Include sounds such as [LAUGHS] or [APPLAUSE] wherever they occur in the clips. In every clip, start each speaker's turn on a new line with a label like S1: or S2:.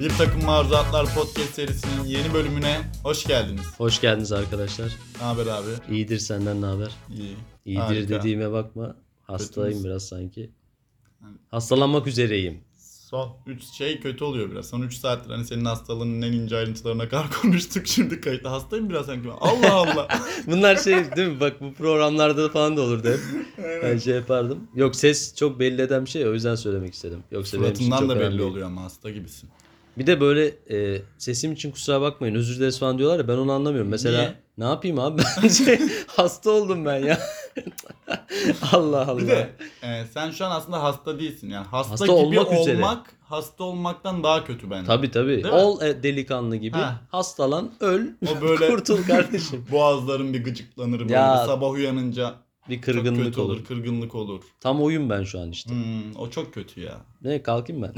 S1: Bir Takım Maruzatlar Podcast serisinin yeni bölümüne hoş geldiniz.
S2: Hoş geldiniz arkadaşlar.
S1: Ne haber abi?
S2: İyidir senden ne haber?
S1: İyi.
S2: İyidir
S1: Harika.
S2: dediğime bakma. Hastayım
S1: Kötü
S2: biraz sanki. Hastalanmak üzereyim.
S1: Son 3 şey kötü oluyor biraz. Son 3 saattir hani senin hastalığının en ince ayrıntılarına kadar [LAUGHS] konuştuk şimdi kayıtta. Hastayım biraz sanki. ben. Allah Allah.
S2: Bunlar şey değil mi? Bak bu programlarda falan da
S1: [LAUGHS]
S2: olurdu hep. Ben şey yapardım. Yok ses çok belli eden bir şey ya, o yüzden söylemek istedim. Yoksa [LAUGHS] benim için
S1: Suratından
S2: çok
S1: da
S2: önemli
S1: belli
S2: değil.
S1: oluyor ama hasta gibisin.
S2: Bir de böyle e, sesim için kusura bakmayın özür dileriz falan diyorlar ya ben onu anlamıyorum. Mesela
S1: Niye?
S2: ne yapayım abi [LAUGHS] ben şey, hasta oldum ben ya. [LAUGHS] Allah Allah.
S1: Bir de e, sen şu an aslında hasta değilsin. Yani hasta,
S2: Hasta
S1: gibi
S2: olmak üzere.
S1: olmak hasta olmaktan daha kötü bence.
S2: Tabii tabii.
S1: mi?
S2: Ol e, delikanlı gibi.
S1: Ha.
S2: Hastalan, öl,
S1: O böyle
S2: [LAUGHS] kurtul
S1: [LAUGHS]
S2: kardeşim.
S1: boğazların bir gıcıklanır böyle.
S2: Ya.
S1: Bir sabah uyanınca
S2: Bir
S1: çok
S2: kırgınlık
S1: kötü olur.
S2: olur.
S1: Kırgınlık olur.
S2: Tam oyun ben şu an işte.
S1: Hmm, o çok kötü ya.
S2: Ne kalkayım ben?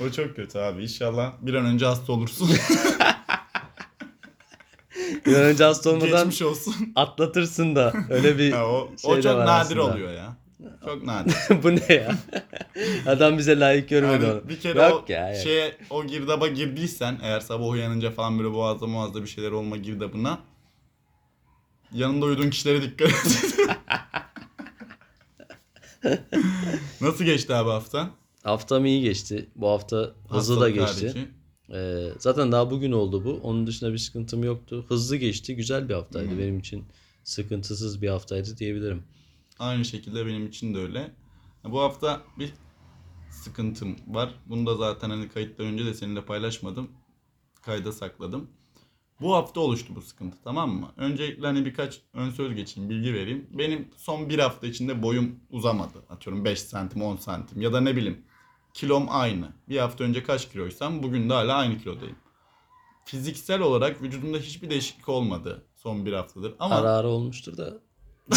S2: [LAUGHS]
S1: O çok kötü abi. İnşallah bir an önce hasta olursun.
S2: Bir an önce hasta [LAUGHS] olmadan
S1: Geçmiş
S2: [LAUGHS]
S1: olsun.
S2: atlatırsın da öyle bir
S1: Ha, o,
S2: şey
S1: o
S2: de
S1: çok
S2: var
S1: nadir
S2: aslında.
S1: oluyor ya. Çok nadir.
S2: [LAUGHS] bu ne ya? Adam bize layık görmedi
S1: Yani
S2: onu.
S1: bir kere
S2: Yok
S1: o şey-
S2: ya, yok.
S1: şeye o girdaba girdiysen eğer sabah uyanınca falan böyle boğazda boğazda bir şeyler olma girdabına yanında uyuduğun kişilere dikkat
S2: [LAUGHS]
S1: et. Nasıl geçti abi haftan?
S2: Haftam iyi geçti. Bu hafta hızlı da
S1: Hastalık
S2: geçti.
S1: harici.
S2: Ee, zaten daha bugün oldu bu. Onun dışında bir sıkıntım yoktu. Hızlı geçti. Güzel bir haftaydı.
S1: Hı.
S2: Benim için sıkıntısız bir haftaydı diyebilirim.
S1: Aynı şekilde benim için de öyle. Bu hafta bir sıkıntım var. Bunu da zaten hani kayıttan önce de seninle paylaşmadım. Kayda sakladım. Bu hafta oluştu bu sıkıntı tamam mı? Öncelikle hani birkaç ön söz geçeyim, bilgi vereyim. Benim son bir hafta içinde boyum uzamadı. Atıyorum 5 santim, 10 santim ya da ne bileyim. Kilom aynı. Bir hafta önce kaç kiloysam bugün de hala aynı kilodayım. Fiziksel olarak vücudumda hiçbir değişiklik olmadı son bir haftadır. Ama
S2: Ara ara olmuştur da. [LAUGHS]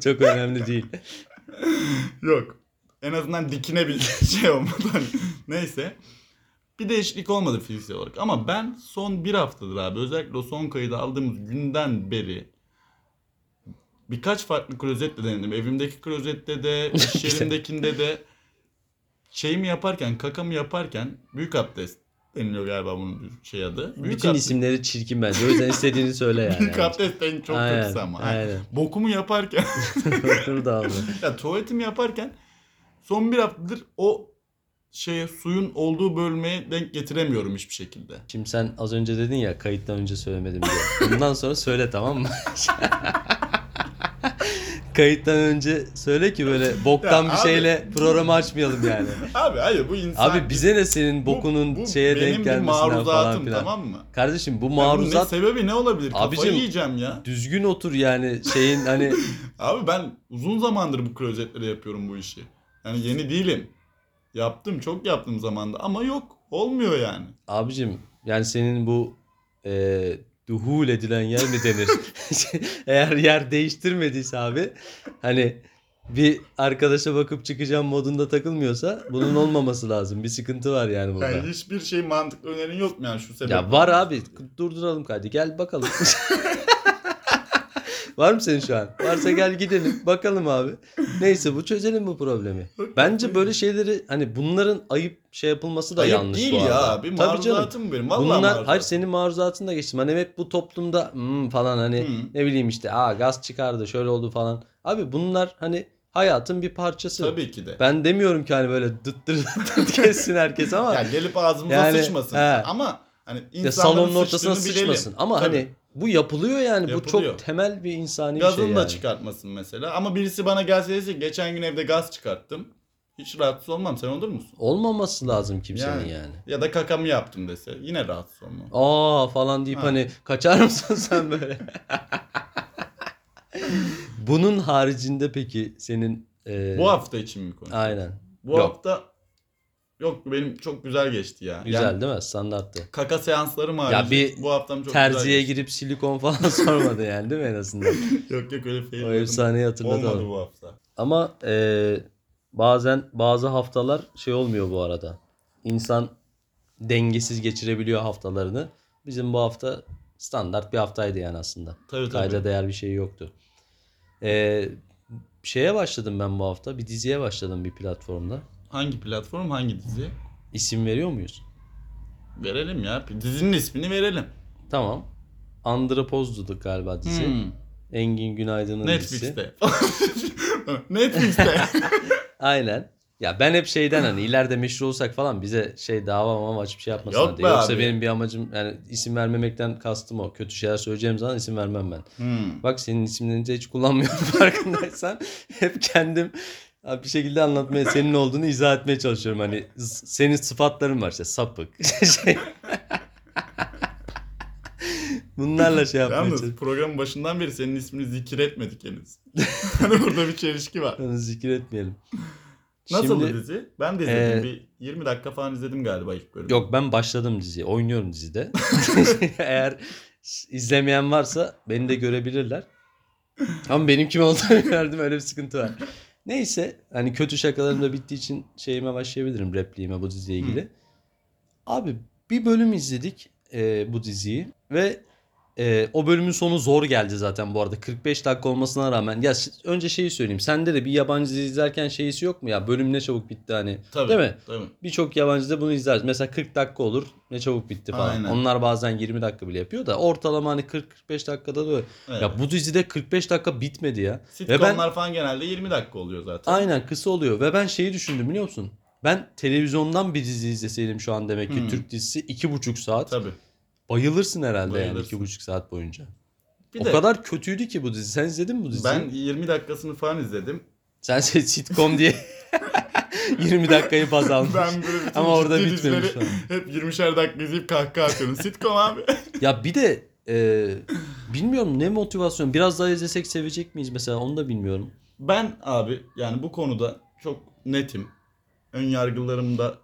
S2: Çok önemli değil.
S1: Yok. En azından dikine bir [LAUGHS] şey olmadı. Hani Neyse. Bir değişiklik olmadı fiziksel olarak. Ama ben son bir haftadır abi özellikle o son kaydı aldığımız günden beri birkaç farklı klozetle denedim. Evimdeki klozette
S2: [LAUGHS]
S1: de, iş yerimdekinde de şeyimi yaparken, kakamı yaparken büyük abdest deniliyor galiba bunun şey adı. Büyük
S2: Bütün
S1: abdest,
S2: isimleri çirkin bence. O yüzden istediğini söyle yani.
S1: büyük abdest en çok kötüsü ama. [LAUGHS]
S2: Aynen.
S1: Bokumu yaparken
S2: Dur da abi.
S1: Ya tuvaletimi yaparken son bir haftadır o şeye suyun olduğu bölmeye denk getiremiyorum hiçbir şekilde.
S2: Şimdi sen az önce dedin ya kayıttan önce söylemedim diye. Bundan sonra söyle tamam mı? [LAUGHS] kayıttan önce söyle ki böyle boktan
S1: Ya
S2: bir
S1: abi.
S2: şeyle programı
S1: [LAUGHS]
S2: açmayalım yani.
S1: Abi hayır bu insan...
S2: Abi bize ne senin
S1: bu-
S2: bokunun
S1: bu
S2: şeye
S1: benim
S2: denk
S1: bir
S2: gelmesinden falan
S1: maruzatım,
S2: filan.
S1: tamam mı?
S2: Kardeşim bu
S1: Ya bunun
S2: maruzat
S1: ne sebebi ne olabilir? Kafayı
S2: Abicim-
S1: yiyeceğim ya.
S2: düzgün otur yani şeyin hani
S1: Abi ben uzun zamandır bu klozetlere yapıyorum bu işi. Yani yeni değilim. Yaptım çok yaptım zamanda ama yok olmuyor yani.
S2: Abicim yani senin bu eee duhul edilen yer mi
S1: [LAUGHS]
S2: denir? Eğer yer değiştirmediyse abi hani bir arkadaşa bakıp çıkacağım modunda takılmıyorsa bunun olmaması lazım. Bir sıkıntı var yani burada.
S1: Yani hiçbir şey mantıklı önerin yok mu yani şu sebep?
S2: ya var abi durduralım kaydı
S1: [LAUGHS]
S2: gel bakalım. var mı senin şu an? Varsa gel gidelim bakalım abi. Neyse bu çözelim bu problemi. Bence böyle şeyleri hani bunların ayıp şey yapılması da
S1: Ayıp
S2: yanlış
S1: değil
S2: bu arada.
S1: ya abi.
S2: Tabii canım.
S1: Maruzatım benim. Vallahi
S2: Bunlar
S1: maruzatım.
S2: hayır senin maruzatını da geçtim. Hani hep bu toplumda "Hmm" falan hani
S1: Hı.
S2: ne bileyim işte aa gaz çıkardı şöyle oldu falan. Abi bunlar hani hayatın bir parçası.
S1: Tabii ki de.
S2: Ben demiyorum ki hani böyle dıttır
S1: [LAUGHS]
S2: dıttır kessin herkes ama
S1: Ya gelip ağzımıza
S2: Yani,
S1: sıçmasın.
S2: he.
S1: Ama hani
S2: ya
S1: insanların
S2: salonun ortasına
S1: sıçtığını bilelim.
S2: sıçmasın. Ama
S1: Tabii.
S2: hani bu yapılıyor yani. Bu
S1: Yapılıyor.
S2: çok temel bir insani bir
S1: gazını
S2: şey yani.
S1: da çıkartmasın mesela. Ama birisi bana gelse dese ki, geçen gün evde gaz çıkarttım. Hiç rahatsız olmam. Sen olur musun?
S2: Olmaması lazım kimsenin
S1: Yani.
S2: yani.
S1: Ya da kakamı yaptım dese yine rahatsız olmam.
S2: Aa falan deyip
S1: Ha.
S2: hani kaçar mısın
S1: [LAUGHS]
S2: sen böyle? Bunun haricinde peki senin e,
S1: Bu hafta için mi konu?
S2: aynen
S1: Bu
S2: yok.
S1: hafta yok benim çok güzel geçti ya.
S2: Güzel
S1: Yani
S2: değil mi? Standarttı.
S1: kaka seanslarım harici.
S2: Ya bir
S1: bu haftam çok
S2: Terziye
S1: güzel
S2: girip silikon falan [LAUGHS] sormadı yani değil mi en azından?
S1: geçti. Yok yok öyle fail
S2: o
S1: olmadı.
S2: efsaneyi
S1: Olmadı
S2: hatırlatalım.
S1: bu hafta.
S2: Ama e, bazen bazı haftalar şey olmuyor bu arada. İnsan dengesiz geçirebiliyor haftalarını. Bizim bu hafta standart bir haftaydı yani aslında.
S1: Tabii tabii.
S2: Kayda değer bir şey yoktu. E, şeye başladım ben bu hafta. Bir diziye başladım bir platformda.
S1: Hangi platform, hangi dizi?
S2: İsim veriyor muyuz?
S1: Verelim ya. Dizinin ismini verelim.
S2: Tamam. Andropoz'du galiba dizi.
S1: Hmm.
S2: Engin Günaydın'ın dizisi.
S1: Netflix'te. [LAUGHS] Netflix'te.
S2: Aynen. Ya ben hep şeyden hani ileride meşhur olsak falan bize şey dava mama açıp şey yapmasınlar
S1: Yok
S2: diye.
S1: be
S2: Yoksa
S1: abi.
S2: benim bir amacım yani isim vermemekten kastım o. Kötü şeyler söyleyeceğim zaman isim vermem ben.
S1: Hmm.
S2: Bak senin ismini de hiç kullanmıyorum [LAUGHS] farkındaysan. Hep kendim abi bir şekilde anlatmaya, senin olduğunu izah etmeye çalışıyorum. Hani s- senin sıfatların var işte sapık. [LAUGHS] şey. Bunlarla şey yapmaya
S1: Yalnız
S2: çalışıyorum.
S1: programın başından beri senin ismini zikir etmedik henüz. [LAUGHS] hani burada bir çelişki var.
S2: Onu zikir etmeyelim.
S1: Nasıldı
S2: Şimdi-
S1: dizi? Ben de izledim.
S2: Ee,
S1: bir 20 dakika falan izledim galiba ilk bölümü.
S2: Yok ben başladım diziye. Oynuyorum dizide. [LAUGHS] Eğer izlemeyen varsa beni de görebilirler. Ama benim kim [LAUGHS] olduğunu gördüm öyle bir sıkıntı var. Neyse hani kötü şakalarım da bittiği için şeyime başlayabilirim repliğime bu diziyle ilgili. Abi bir bölüm izledik e, bu diziyi ve e, o bölümün sonu zor geldi zaten bu arada 45 dakika olmasına rağmen. Ya s- önce şeyi söyleyeyim sende de bir yabancı dizi izlerken şeysi yok mu ya bölüm ne çabuk bitti hani
S1: Tabii,
S2: değil mi?
S1: Tabii.
S2: Birçok yabancıda bunu izleriz. Mesela 40 dakika olur. Ne çabuk bitti falan.
S1: Aynen.
S2: Onlar bazen 20 dakika bile yapıyor da ortalama hani 40-45 dakikada da öyle.
S1: Evet.
S2: Ya bu dizide 45 dakika bitmedi ya. Ve ben
S1: Sitcomlar falan genelde 20 dakika oluyor zaten.
S2: aynen kısa oluyor ve ben şeyi düşündüm biliyor musun? Ben televizyondan bir dizi izleseydim şu an demek ki
S1: Hmm.
S2: Türk dizisi 2,5 saat.
S1: Tabii.
S2: Bayılırsın herhalde yani
S1: Bayılırsın.
S2: 2,5 saat boyunca.
S1: Bir
S2: o
S1: de
S2: kadar kötüydü ki bu dizi. Sen izledin mi bu diziyi?
S1: ben 20 dakikasını falan izledim.
S2: Sen şey sitcom diye [LAUGHS] 20 dakikayı
S1: [LAUGHS]
S2: baz almış.
S1: Ben böyle bütün
S2: Ama orada
S1: ciddi
S2: bitmemiş
S1: dizileri
S2: falan.
S1: Hep 20'şer dakika izleyip kahkaha atıyorum. Sitcom abi.
S2: Ya bir de e, bilmiyorum ne motivasyon. Biraz daha izlesek sevecek miyiz mesela onu da bilmiyorum.
S1: Ben abi yani bu konuda çok netim. Ön yargılarım da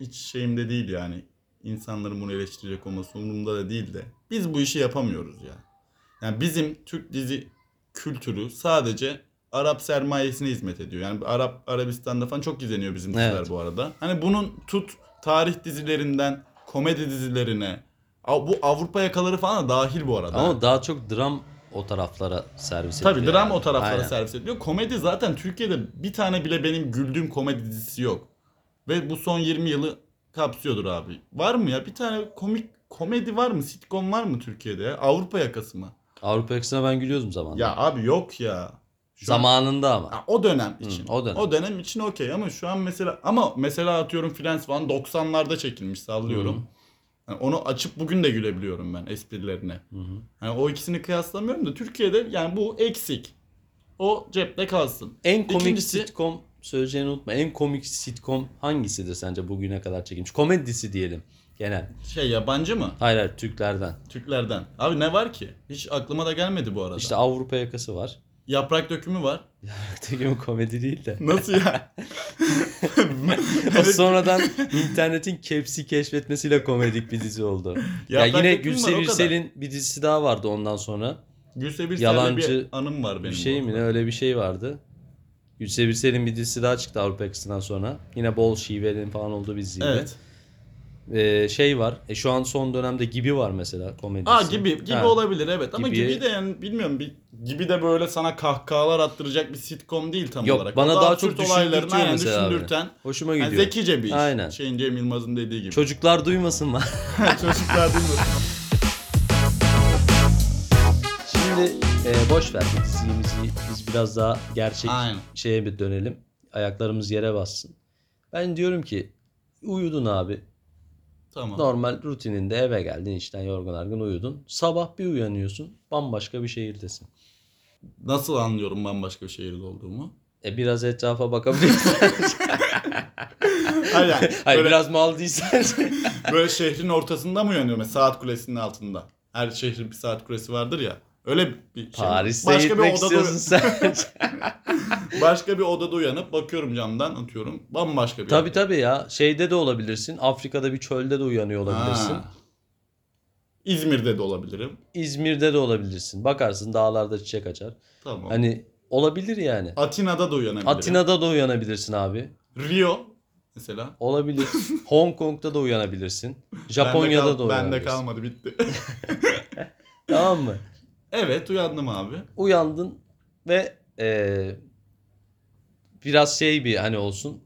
S1: hiç şeyimde değil yani. İnsanların bunu eleştirecek olması umurumda da değil de. Biz bu işi yapamıyoruz ya. Yani bizim Türk dizi kültürü sadece Arap sermayesine hizmet ediyor. Yani Arap Arabistan'da falan çok izleniyor bizim diziler
S2: Evet.
S1: bu arada. Hani bunun tut tarih dizilerinden komedi dizilerine Av- bu Avrupa yakaları falan da dahil bu arada.
S2: Ama daha çok dram o taraflara servis ediyor.
S1: Tabii dram
S2: yani.
S1: o taraflara
S2: Aynen.
S1: servis ediliyor. Komedi zaten Türkiye'de bir tane bile benim güldüğüm komedi dizisi yok. Ve bu son 20 yılı kapsıyordur abi. Var mı ya? Bir tane komik komedi var mı? Sitcom var mı Türkiye'de ya? Avrupa yakası mı?
S2: Avrupa yakasına ben gülüyordum zamanında.
S1: Ya abi yok ya. Şu an-
S2: zamanında ama.
S1: Ha, o dönem için.
S2: Hı, o dönem.
S1: için okey ama şu an mesela ama mesela atıyorum Friends falan 90'larda çekilmiş sallıyorum.
S2: Hı.
S1: Yani onu açıp bugün de gülebiliyorum ben esprilerine.
S2: Hı hı.
S1: Hani o ikisini kıyaslamıyorum da Türkiye'de yani bu eksik. O cepte kalsın.
S2: En komik
S1: İkincisi-
S2: sitcom söyleyeceğini unutma. En komik sitcom hangisidir sence bugüne kadar çekilmiş? Komedisi diyelim genel.
S1: Şey yabancı mı?
S2: Hayır hayır Türklerden.
S1: Türklerden. Abi ne var ki? Hiç aklıma da gelmedi bu arada.
S2: İşte Avrupa yakası var. [LAUGHS]
S1: Yaprak dökümü var.
S2: Tekimi komedi
S1: [LAUGHS]
S2: değil de.
S1: Nasıl ya?
S2: O sonradan internetin kepsi keşfetmesiyle komedik bir dizi oldu. Ya,
S1: Yaprak
S2: yine
S1: dökümü var, o
S2: Gülse
S1: kadar.
S2: Birsel'in bir dizisi daha vardı ondan sonra.
S1: Gülse Birsel'le
S2: Yalancı-
S1: bir anım var benim.
S2: bir şey
S1: bu
S2: mi ne
S1: arada.
S2: öyle bir şey vardı. Gülse Birsel'in bir dizisi daha çıktı Avrupa yakasından sonra. Yine bol şivelerin falan olduğu bir diziydi.
S1: Evet.
S2: Ee, şey var. E, şu an son dönemde Gibi var mesela komedisi.
S1: Aa gibi gibi
S2: Ha,
S1: olabilir evet ama
S2: Gibi'ye-
S1: gibi de yani bilmiyorum bir gibi de böyle sana kahkahalar attıracak bir sitcom değil tam
S2: Yok,
S1: olarak.
S2: bana
S1: O da
S2: daha
S1: absürt
S2: çok
S1: olaylarını
S2: düşündürtüyor
S1: aynen
S2: mesela abi.
S1: düşündürten.
S2: Hoşuma
S1: Yani
S2: gidiyor.
S1: zekice bir iş.
S2: Aynen.
S1: Şeyin Cem Yılmaz'ın dediği gibi.
S2: Çocuklar duymasınlar. [LAUGHS]
S1: [LAUGHS] Çocuklar duymasın.
S2: Şimdi e, boş ver bu dizimizi. Biz biraz daha gerçek
S1: Aynen.
S2: şeye bir dönelim. Ayaklarımız yere bassın. Ben diyorum ki uyudun abi.
S1: Tamam.
S2: Normal rutininde eve geldin işten yorgun argın uyudun. Sabah bir uyanıyorsun bambaşka bir şehirdesin.
S1: Nasıl anlıyorum bambaşka bir şehirde olduğumu?
S2: E biraz etrafa bakabilirsin.
S1: [LAUGHS] Hayır, yani
S2: Hayır
S1: böyle,
S2: biraz mal değilsen.
S1: [LAUGHS] böyle şehrin ortasında mı uyanıyorum? Mesela saat kulesinin altında. Her şehrin bir saat kulesi vardır ya. Öyle bir şey.
S2: Paris'te gitmek istiyorsun sen.
S1: [LAUGHS]
S2: [LAUGHS]
S1: başka bir odada uyanıp bakıyorum camdan atıyorum. Bambaşka bir
S2: tabii tabii ya. Şeyde de olabilirsin. Afrika'da bir çölde de uyanıyor
S1: Ha.
S2: olabilirsin.
S1: İzmir'de de olabilirim.
S2: İzmir'de de olabilirsin. Bakarsın dağlarda çiçek açar.
S1: Tamam.
S2: Hani olabilir yani.
S1: Atina'da da uyanabilirim.
S2: Atina'da da uyanabilirsin abi.
S1: Rio mesela. [LAUGHS]
S2: Olabilir. Hong Kong'da da uyanabilirsin.
S1: Bende
S2: Japonya'da
S1: kal-
S2: da uyanabilirsin.
S1: Bende kalmadı bitti. [LAUGHS]
S2: Tamam mı?
S1: evet uyandım abi.
S2: Uyandın e, ve eee, biraz şey bir hani olsun.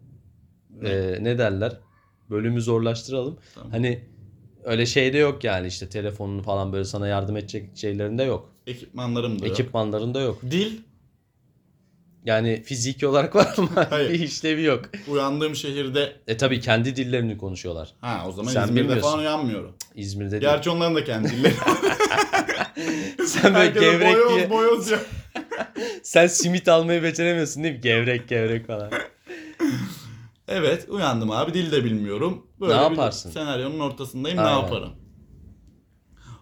S2: e, ne derler bölümü zorlaştıralım.
S1: Tamam.
S2: Hani öyle şey de yok yani işte telefonunu falan böyle sana yardım edecek şeylerinde yok.
S1: Ekipmanlarım da yok.
S2: Ekipmanlarında yok.
S1: Dil
S2: Yani fiziki olarak var
S1: [LAUGHS]
S2: ama
S1: Hayır.
S2: bir işlevi yok.
S1: uyandığım şehirde
S2: E tabii kendi dillerini konuşuyorlar.
S1: ha o zaman
S2: Sen
S1: İzmir'de
S2: bilmiyorsun.
S1: falan uyanmıyorum.
S2: İzmir'de değil.
S1: Gerçi onların da kendi dilleri.
S2: [LAUGHS] Sen böyle
S1: Herkese
S2: gevrek
S1: boyoz
S2: diye.
S1: boyoz ya.
S2: Sen simit almayı beceremiyorsun değil mi? Gevrek
S1: [LAUGHS]
S2: gevrek falan.
S1: Evet uyandım abi dil de bilmiyorum. Böyle
S2: Ne
S1: bir
S2: yaparsın?
S1: Senaryonun ortasındayım
S2: Aynen.
S1: ne yaparım?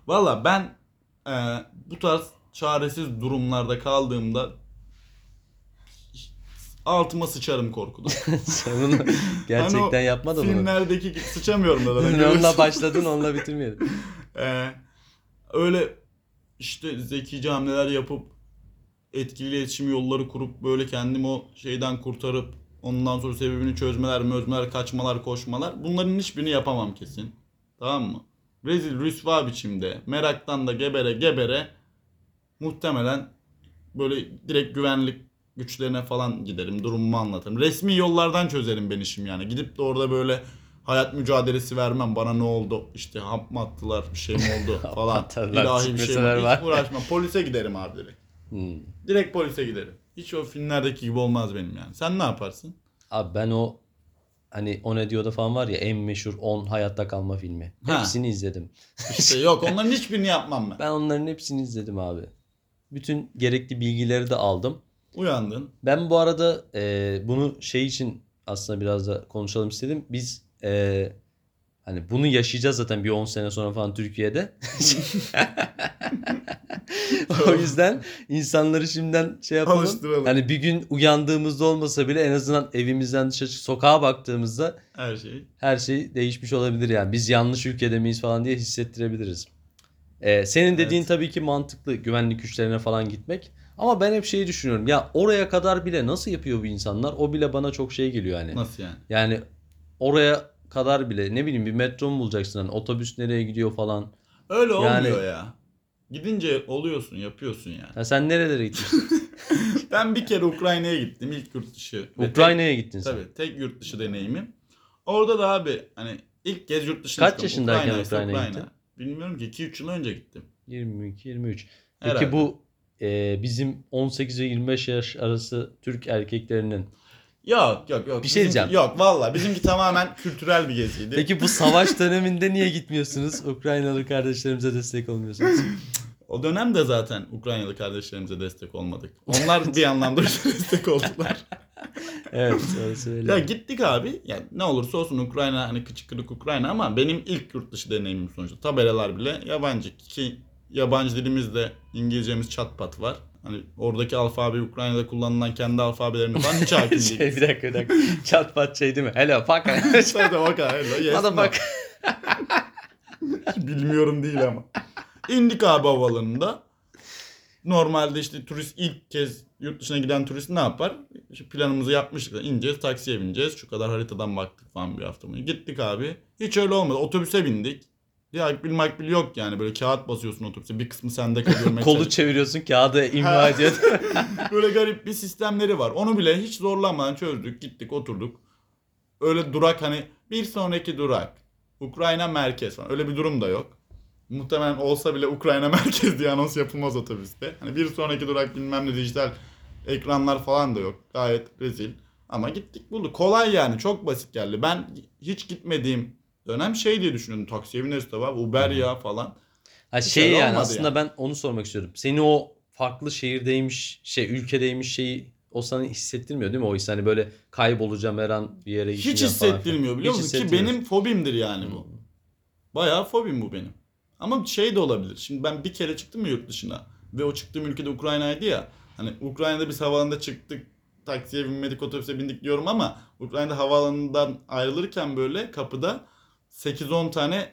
S1: Valla ben e, bu tarz çaresiz durumlarda kaldığımda altıma sıçarım korkudan.
S2: Sen bunu gerçekten
S1: Hani o
S2: [LAUGHS] yapmadın mı?
S1: Filmlerdeki gibi sıçamıyorum da. zaten, görüyorsun.
S2: onunla başladın onunla bitirmedin.
S1: E, öyle işte zekice hamleler yapıp etkili iletişim yolları kurup böyle kendimi o şeyden kurtarıp ondan sonra sebebini çözmeler, mözmeler, kaçmalar, koşmalar bunların hiçbirini yapamam kesin. Tamam mı? Rezil rüsva biçimde meraktan da gebere gebere muhtemelen böyle direkt güvenlik güçlerine falan giderim durumumu anlatırım. Resmi yollardan çözerim ben işim yani. Gidip de orada böyle hayat mücadelesi vermem. Bana ne oldu? İşte hap mı attılar? Bir şey mi oldu? falan.
S2: Attılar,
S1: İlahi bir şey mi?
S2: sikmeseler var.
S1: Hiç uğraşmam. Polise giderim abi direkt.
S2: Hmm.
S1: Direkt polise giderim. Hiç o filmlerdeki gibi olmaz benim yani. Sen ne yaparsın?
S2: Abi ben o hani O Ne Diyor'da falan var ya en meşhur 10 hayatta kalma filmi.
S1: Ha.
S2: Hepsini izledim.
S1: İşte yok onların hiçbirini yapmam ben.
S2: Ben onların hepsini izledim abi. Bütün gerekli bilgileri de aldım.
S1: Uyandın.
S2: Ben bu arada e, bunu şey için aslında biraz da konuşalım istedim. Biz e, hani bunu yaşayacağız zaten bir 10 sene sonra falan Türkiye'de. [LAUGHS] o yüzden insanları şimdiden şey yapalım.
S1: Alıştıralım.
S2: Hani bir gün uyandığımızda olmasa bile en azından evimizden dışarı çık- sokağa baktığımızda
S1: Her şey.
S2: her şey değişmiş olabilir yani. Biz yanlış ülkede miyiz falan diye hissettirebiliriz. Ee, senin dediğin
S1: Evet.
S2: tabii ki mantıklı güvenlik güçlerine falan gitmek. Ama ben hep şeyi düşünüyorum. Ya oraya kadar bile nasıl yapıyor bu insanlar? O bile bana çok şey geliyor yani.
S1: Nasıl yani?
S2: Yani oraya kadar bile ne bileyim bir metro mu bulacaksın? Hani otobüs nereye gidiyor falan.
S1: Öyle
S2: Yani-
S1: olmuyor ya. Gidince oluyorsun, yapıyorsun yani.
S2: Ya sen nerelere
S1: [LAUGHS]
S2: gitmişsin?
S1: Ben bir kere Ukrayna'ya gittim ilk yurt dışı. ve
S2: Ukrayna'ya gittin
S1: Tek,
S2: sen.
S1: tabii tek yurt dışı deneyimim. Orada da abi hani ilk kez yurt dışına
S2: Kaç
S1: çıktım.
S2: yaşındayken
S1: Ukrayna'ysa
S2: Ukrayna'ya gittin?
S1: Bilmiyorum ki 2-3 yıl önce gittim.
S2: 22 23. Peki
S1: Herhalde.
S2: bu e, bizim 18 ve 25 yaş arası Türk erkeklerinin
S1: Yok yok yok.
S2: Bir şey
S1: Bizimki-
S2: diyeceğim.
S1: Yok valla bizimki tamamen kültürel bir geziydi.
S2: Peki bu savaş döneminde niye gitmiyorsunuz? Ukraynalı kardeşlerimize destek olmuyorsunuz.
S1: O dönemde zaten Ukraynalı kardeşlerimize destek olmadık. Onlar bir anlamda bize [LAUGHS] destek oldular.
S2: Evet, orası öyle.
S1: Ya gittik abi. Yani ne olursa olsun Ukrayna hani kıçı kırık Ukrayna ama benim ilk yurt dışı deneyimim sonuçta. Tabelalar bile yabancı ki yabancı dilimizde İngilizcemiz çat pat var. Hani oradaki alfabe Ukrayna'da kullanılan kendi alfabelerimiz falan hiç
S2: [LAUGHS]
S1: hakim
S2: şey,
S1: değil.
S2: bir dakika bir dakika. Çat pat şey değil mi?
S1: [LAUGHS]
S2: Hello fuck.
S1: Sadece o kadar. Hello, yes, no.
S2: Motherfuck.
S1: [LAUGHS] Bilmiyorum değil ama. İndik abi havaalanında. Normalde işte turist ilk kez yurt dışına giden turist ne yapar? İşte planımızı yapmıştık. İneceğiz, taksiye bineceğiz. Şu kadar haritadan baktık falan bir hafta boyunca. Gittik abi. Hiç öyle olmadı. Otobüse bindik. Ya akbil makbil yok yani. Böyle kağıt basıyorsun otobüse. Bir kısmı sende kalıyor.
S2: Kolu
S1: mesela.
S2: çeviriyorsun kağıda imha
S1: Ha.
S2: ediyor.
S1: [LAUGHS] Böyle garip bir sistemleri var. Onu bile hiç zorlamadan çözdük. Gittik oturduk. Öyle durak hani bir sonraki durak. Ukrayna merkez falan. Öyle bir durum da yok. Muhtemelen olsa bile Ukrayna [LAUGHS] merkez diye anons yapılmaz otobüste. Hani bir sonraki durak bilmem ne dijital ekranlar falan da yok. Gayet rezil. Ama gittik bulduk. Kolay yani çok basit geldi. Ben hiç gitmediğim dönem şey diye düşündüm. Taksiye bineriz tabi abi, Uber ya falan.
S2: Ha
S1: Hiç
S2: şey
S1: öyle
S2: yani
S1: olmadı
S2: aslında
S1: yani.
S2: ben onu sormak istiyordum. Seni o farklı şehirdeymiş, şey ülkedeymiş şeyi o sana hissettirmiyor değil mi? O his hani böyle kaybolacağım her an bir yere
S1: Hiç
S2: gideceğim falan.
S1: hissettirmiyor biliyor
S2: Hiç Hmm.
S1: musun? Ki
S2: hissetmiyorsun.
S1: benim fobimdir yani bu. Bayağı fobim bu benim. Ama şey de olabilir. Şimdi ben bir kere çıktım ya yurt dışına. Ve o çıktığım ülkede Ukrayna'ydı ya. Hani Ukrayna'da biz havaalanında çıktık. Taksiye binmedik, otobüse bindik diyorum ama Ukrayna'da havaalanından ayrılırken böyle kapıda 8-10 tane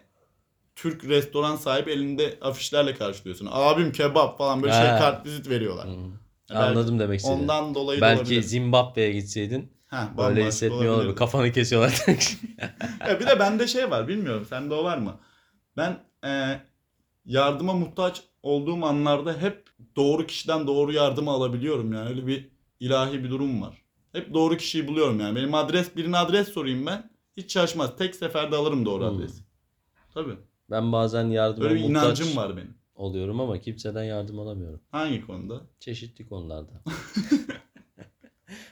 S1: Türk restoran sahibi elinde afişlerle karşılıyorsun. Abim kebap falan böyle şey
S2: Ha.
S1: kart vizit veriyorlar.
S2: Hı.
S1: Belki
S2: Anladım demek istediğini.
S1: Ondan dolayı da
S2: Belki
S1: olabilir.
S2: Zimbabwe'ye gitseydin
S1: Ha,
S2: böyle
S1: bambaşka
S2: hissetmiyor olabilir.
S1: olabilirdi.
S2: Kafanı kesiyorlar. [LAUGHS]
S1: Ya bir de bende şey var bilmiyorum sende o var mı? Ben e, yardıma muhtaç olduğum anlarda hep doğru kişiden doğru yardımı alabiliyorum yani öyle bir ilahi bir durum var. Hep doğru kişiyi buluyorum yani. Benim adres, birine adres sorayım ben. Hiç şaşmaz. Tek seferde alırım doğru
S2: Hmm.
S1: adresi. Tabii.
S2: Ben bazen yardıma
S1: Böyle bir
S2: muhtaç
S1: inancım var benim.
S2: oluyorum ama kimseden yardım alamıyorum.
S1: Hangi konuda?
S2: Çeşitli konularda. [LAUGHS]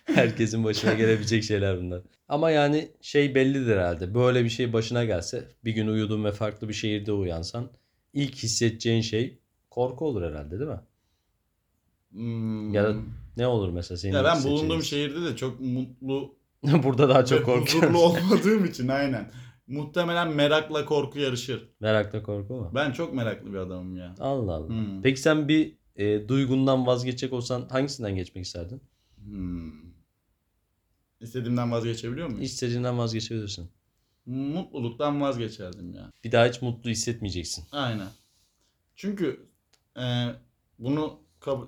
S2: Herkesin başına gelebilecek şeyler bunlar. Ama yani şey bellidir herhalde. Böyle bir şey başına gelse bir gün uyudun ve farklı bir şehirde uyansan ilk hissedeceğin şey korku olur herhalde değil mi?
S1: Hmm.
S2: Ya da Ne olur mesela senin
S1: Ya
S2: ilk
S1: ben
S2: hissedeceğin
S1: bulunduğum
S2: his?
S1: şehirde de çok mutlu
S2: [LAUGHS] Burada daha
S1: ve
S2: çok
S1: huzurlu [LAUGHS]
S2: korkuyorum.
S1: olmadığım için aynen. Muhtemelen merakla korku yarışır.
S2: [LAUGHS] Merakla korku mu?
S1: Ben çok meraklı bir adamım ya.
S2: Allah Allah.
S1: Hmm.
S2: Peki sen bir e, duygundan vazgeçecek olsan hangisinden geçmek isterdin?
S1: Hmm. İstediğimden vazgeçebiliyor muyum?
S2: İstediğinden vazgeçebilirsin.
S1: Mutluluktan vazgeçerdim ya.
S2: Bir daha hiç mutlu hissetmeyeceksin.
S1: Aynen. Çünkü e, bunu kab-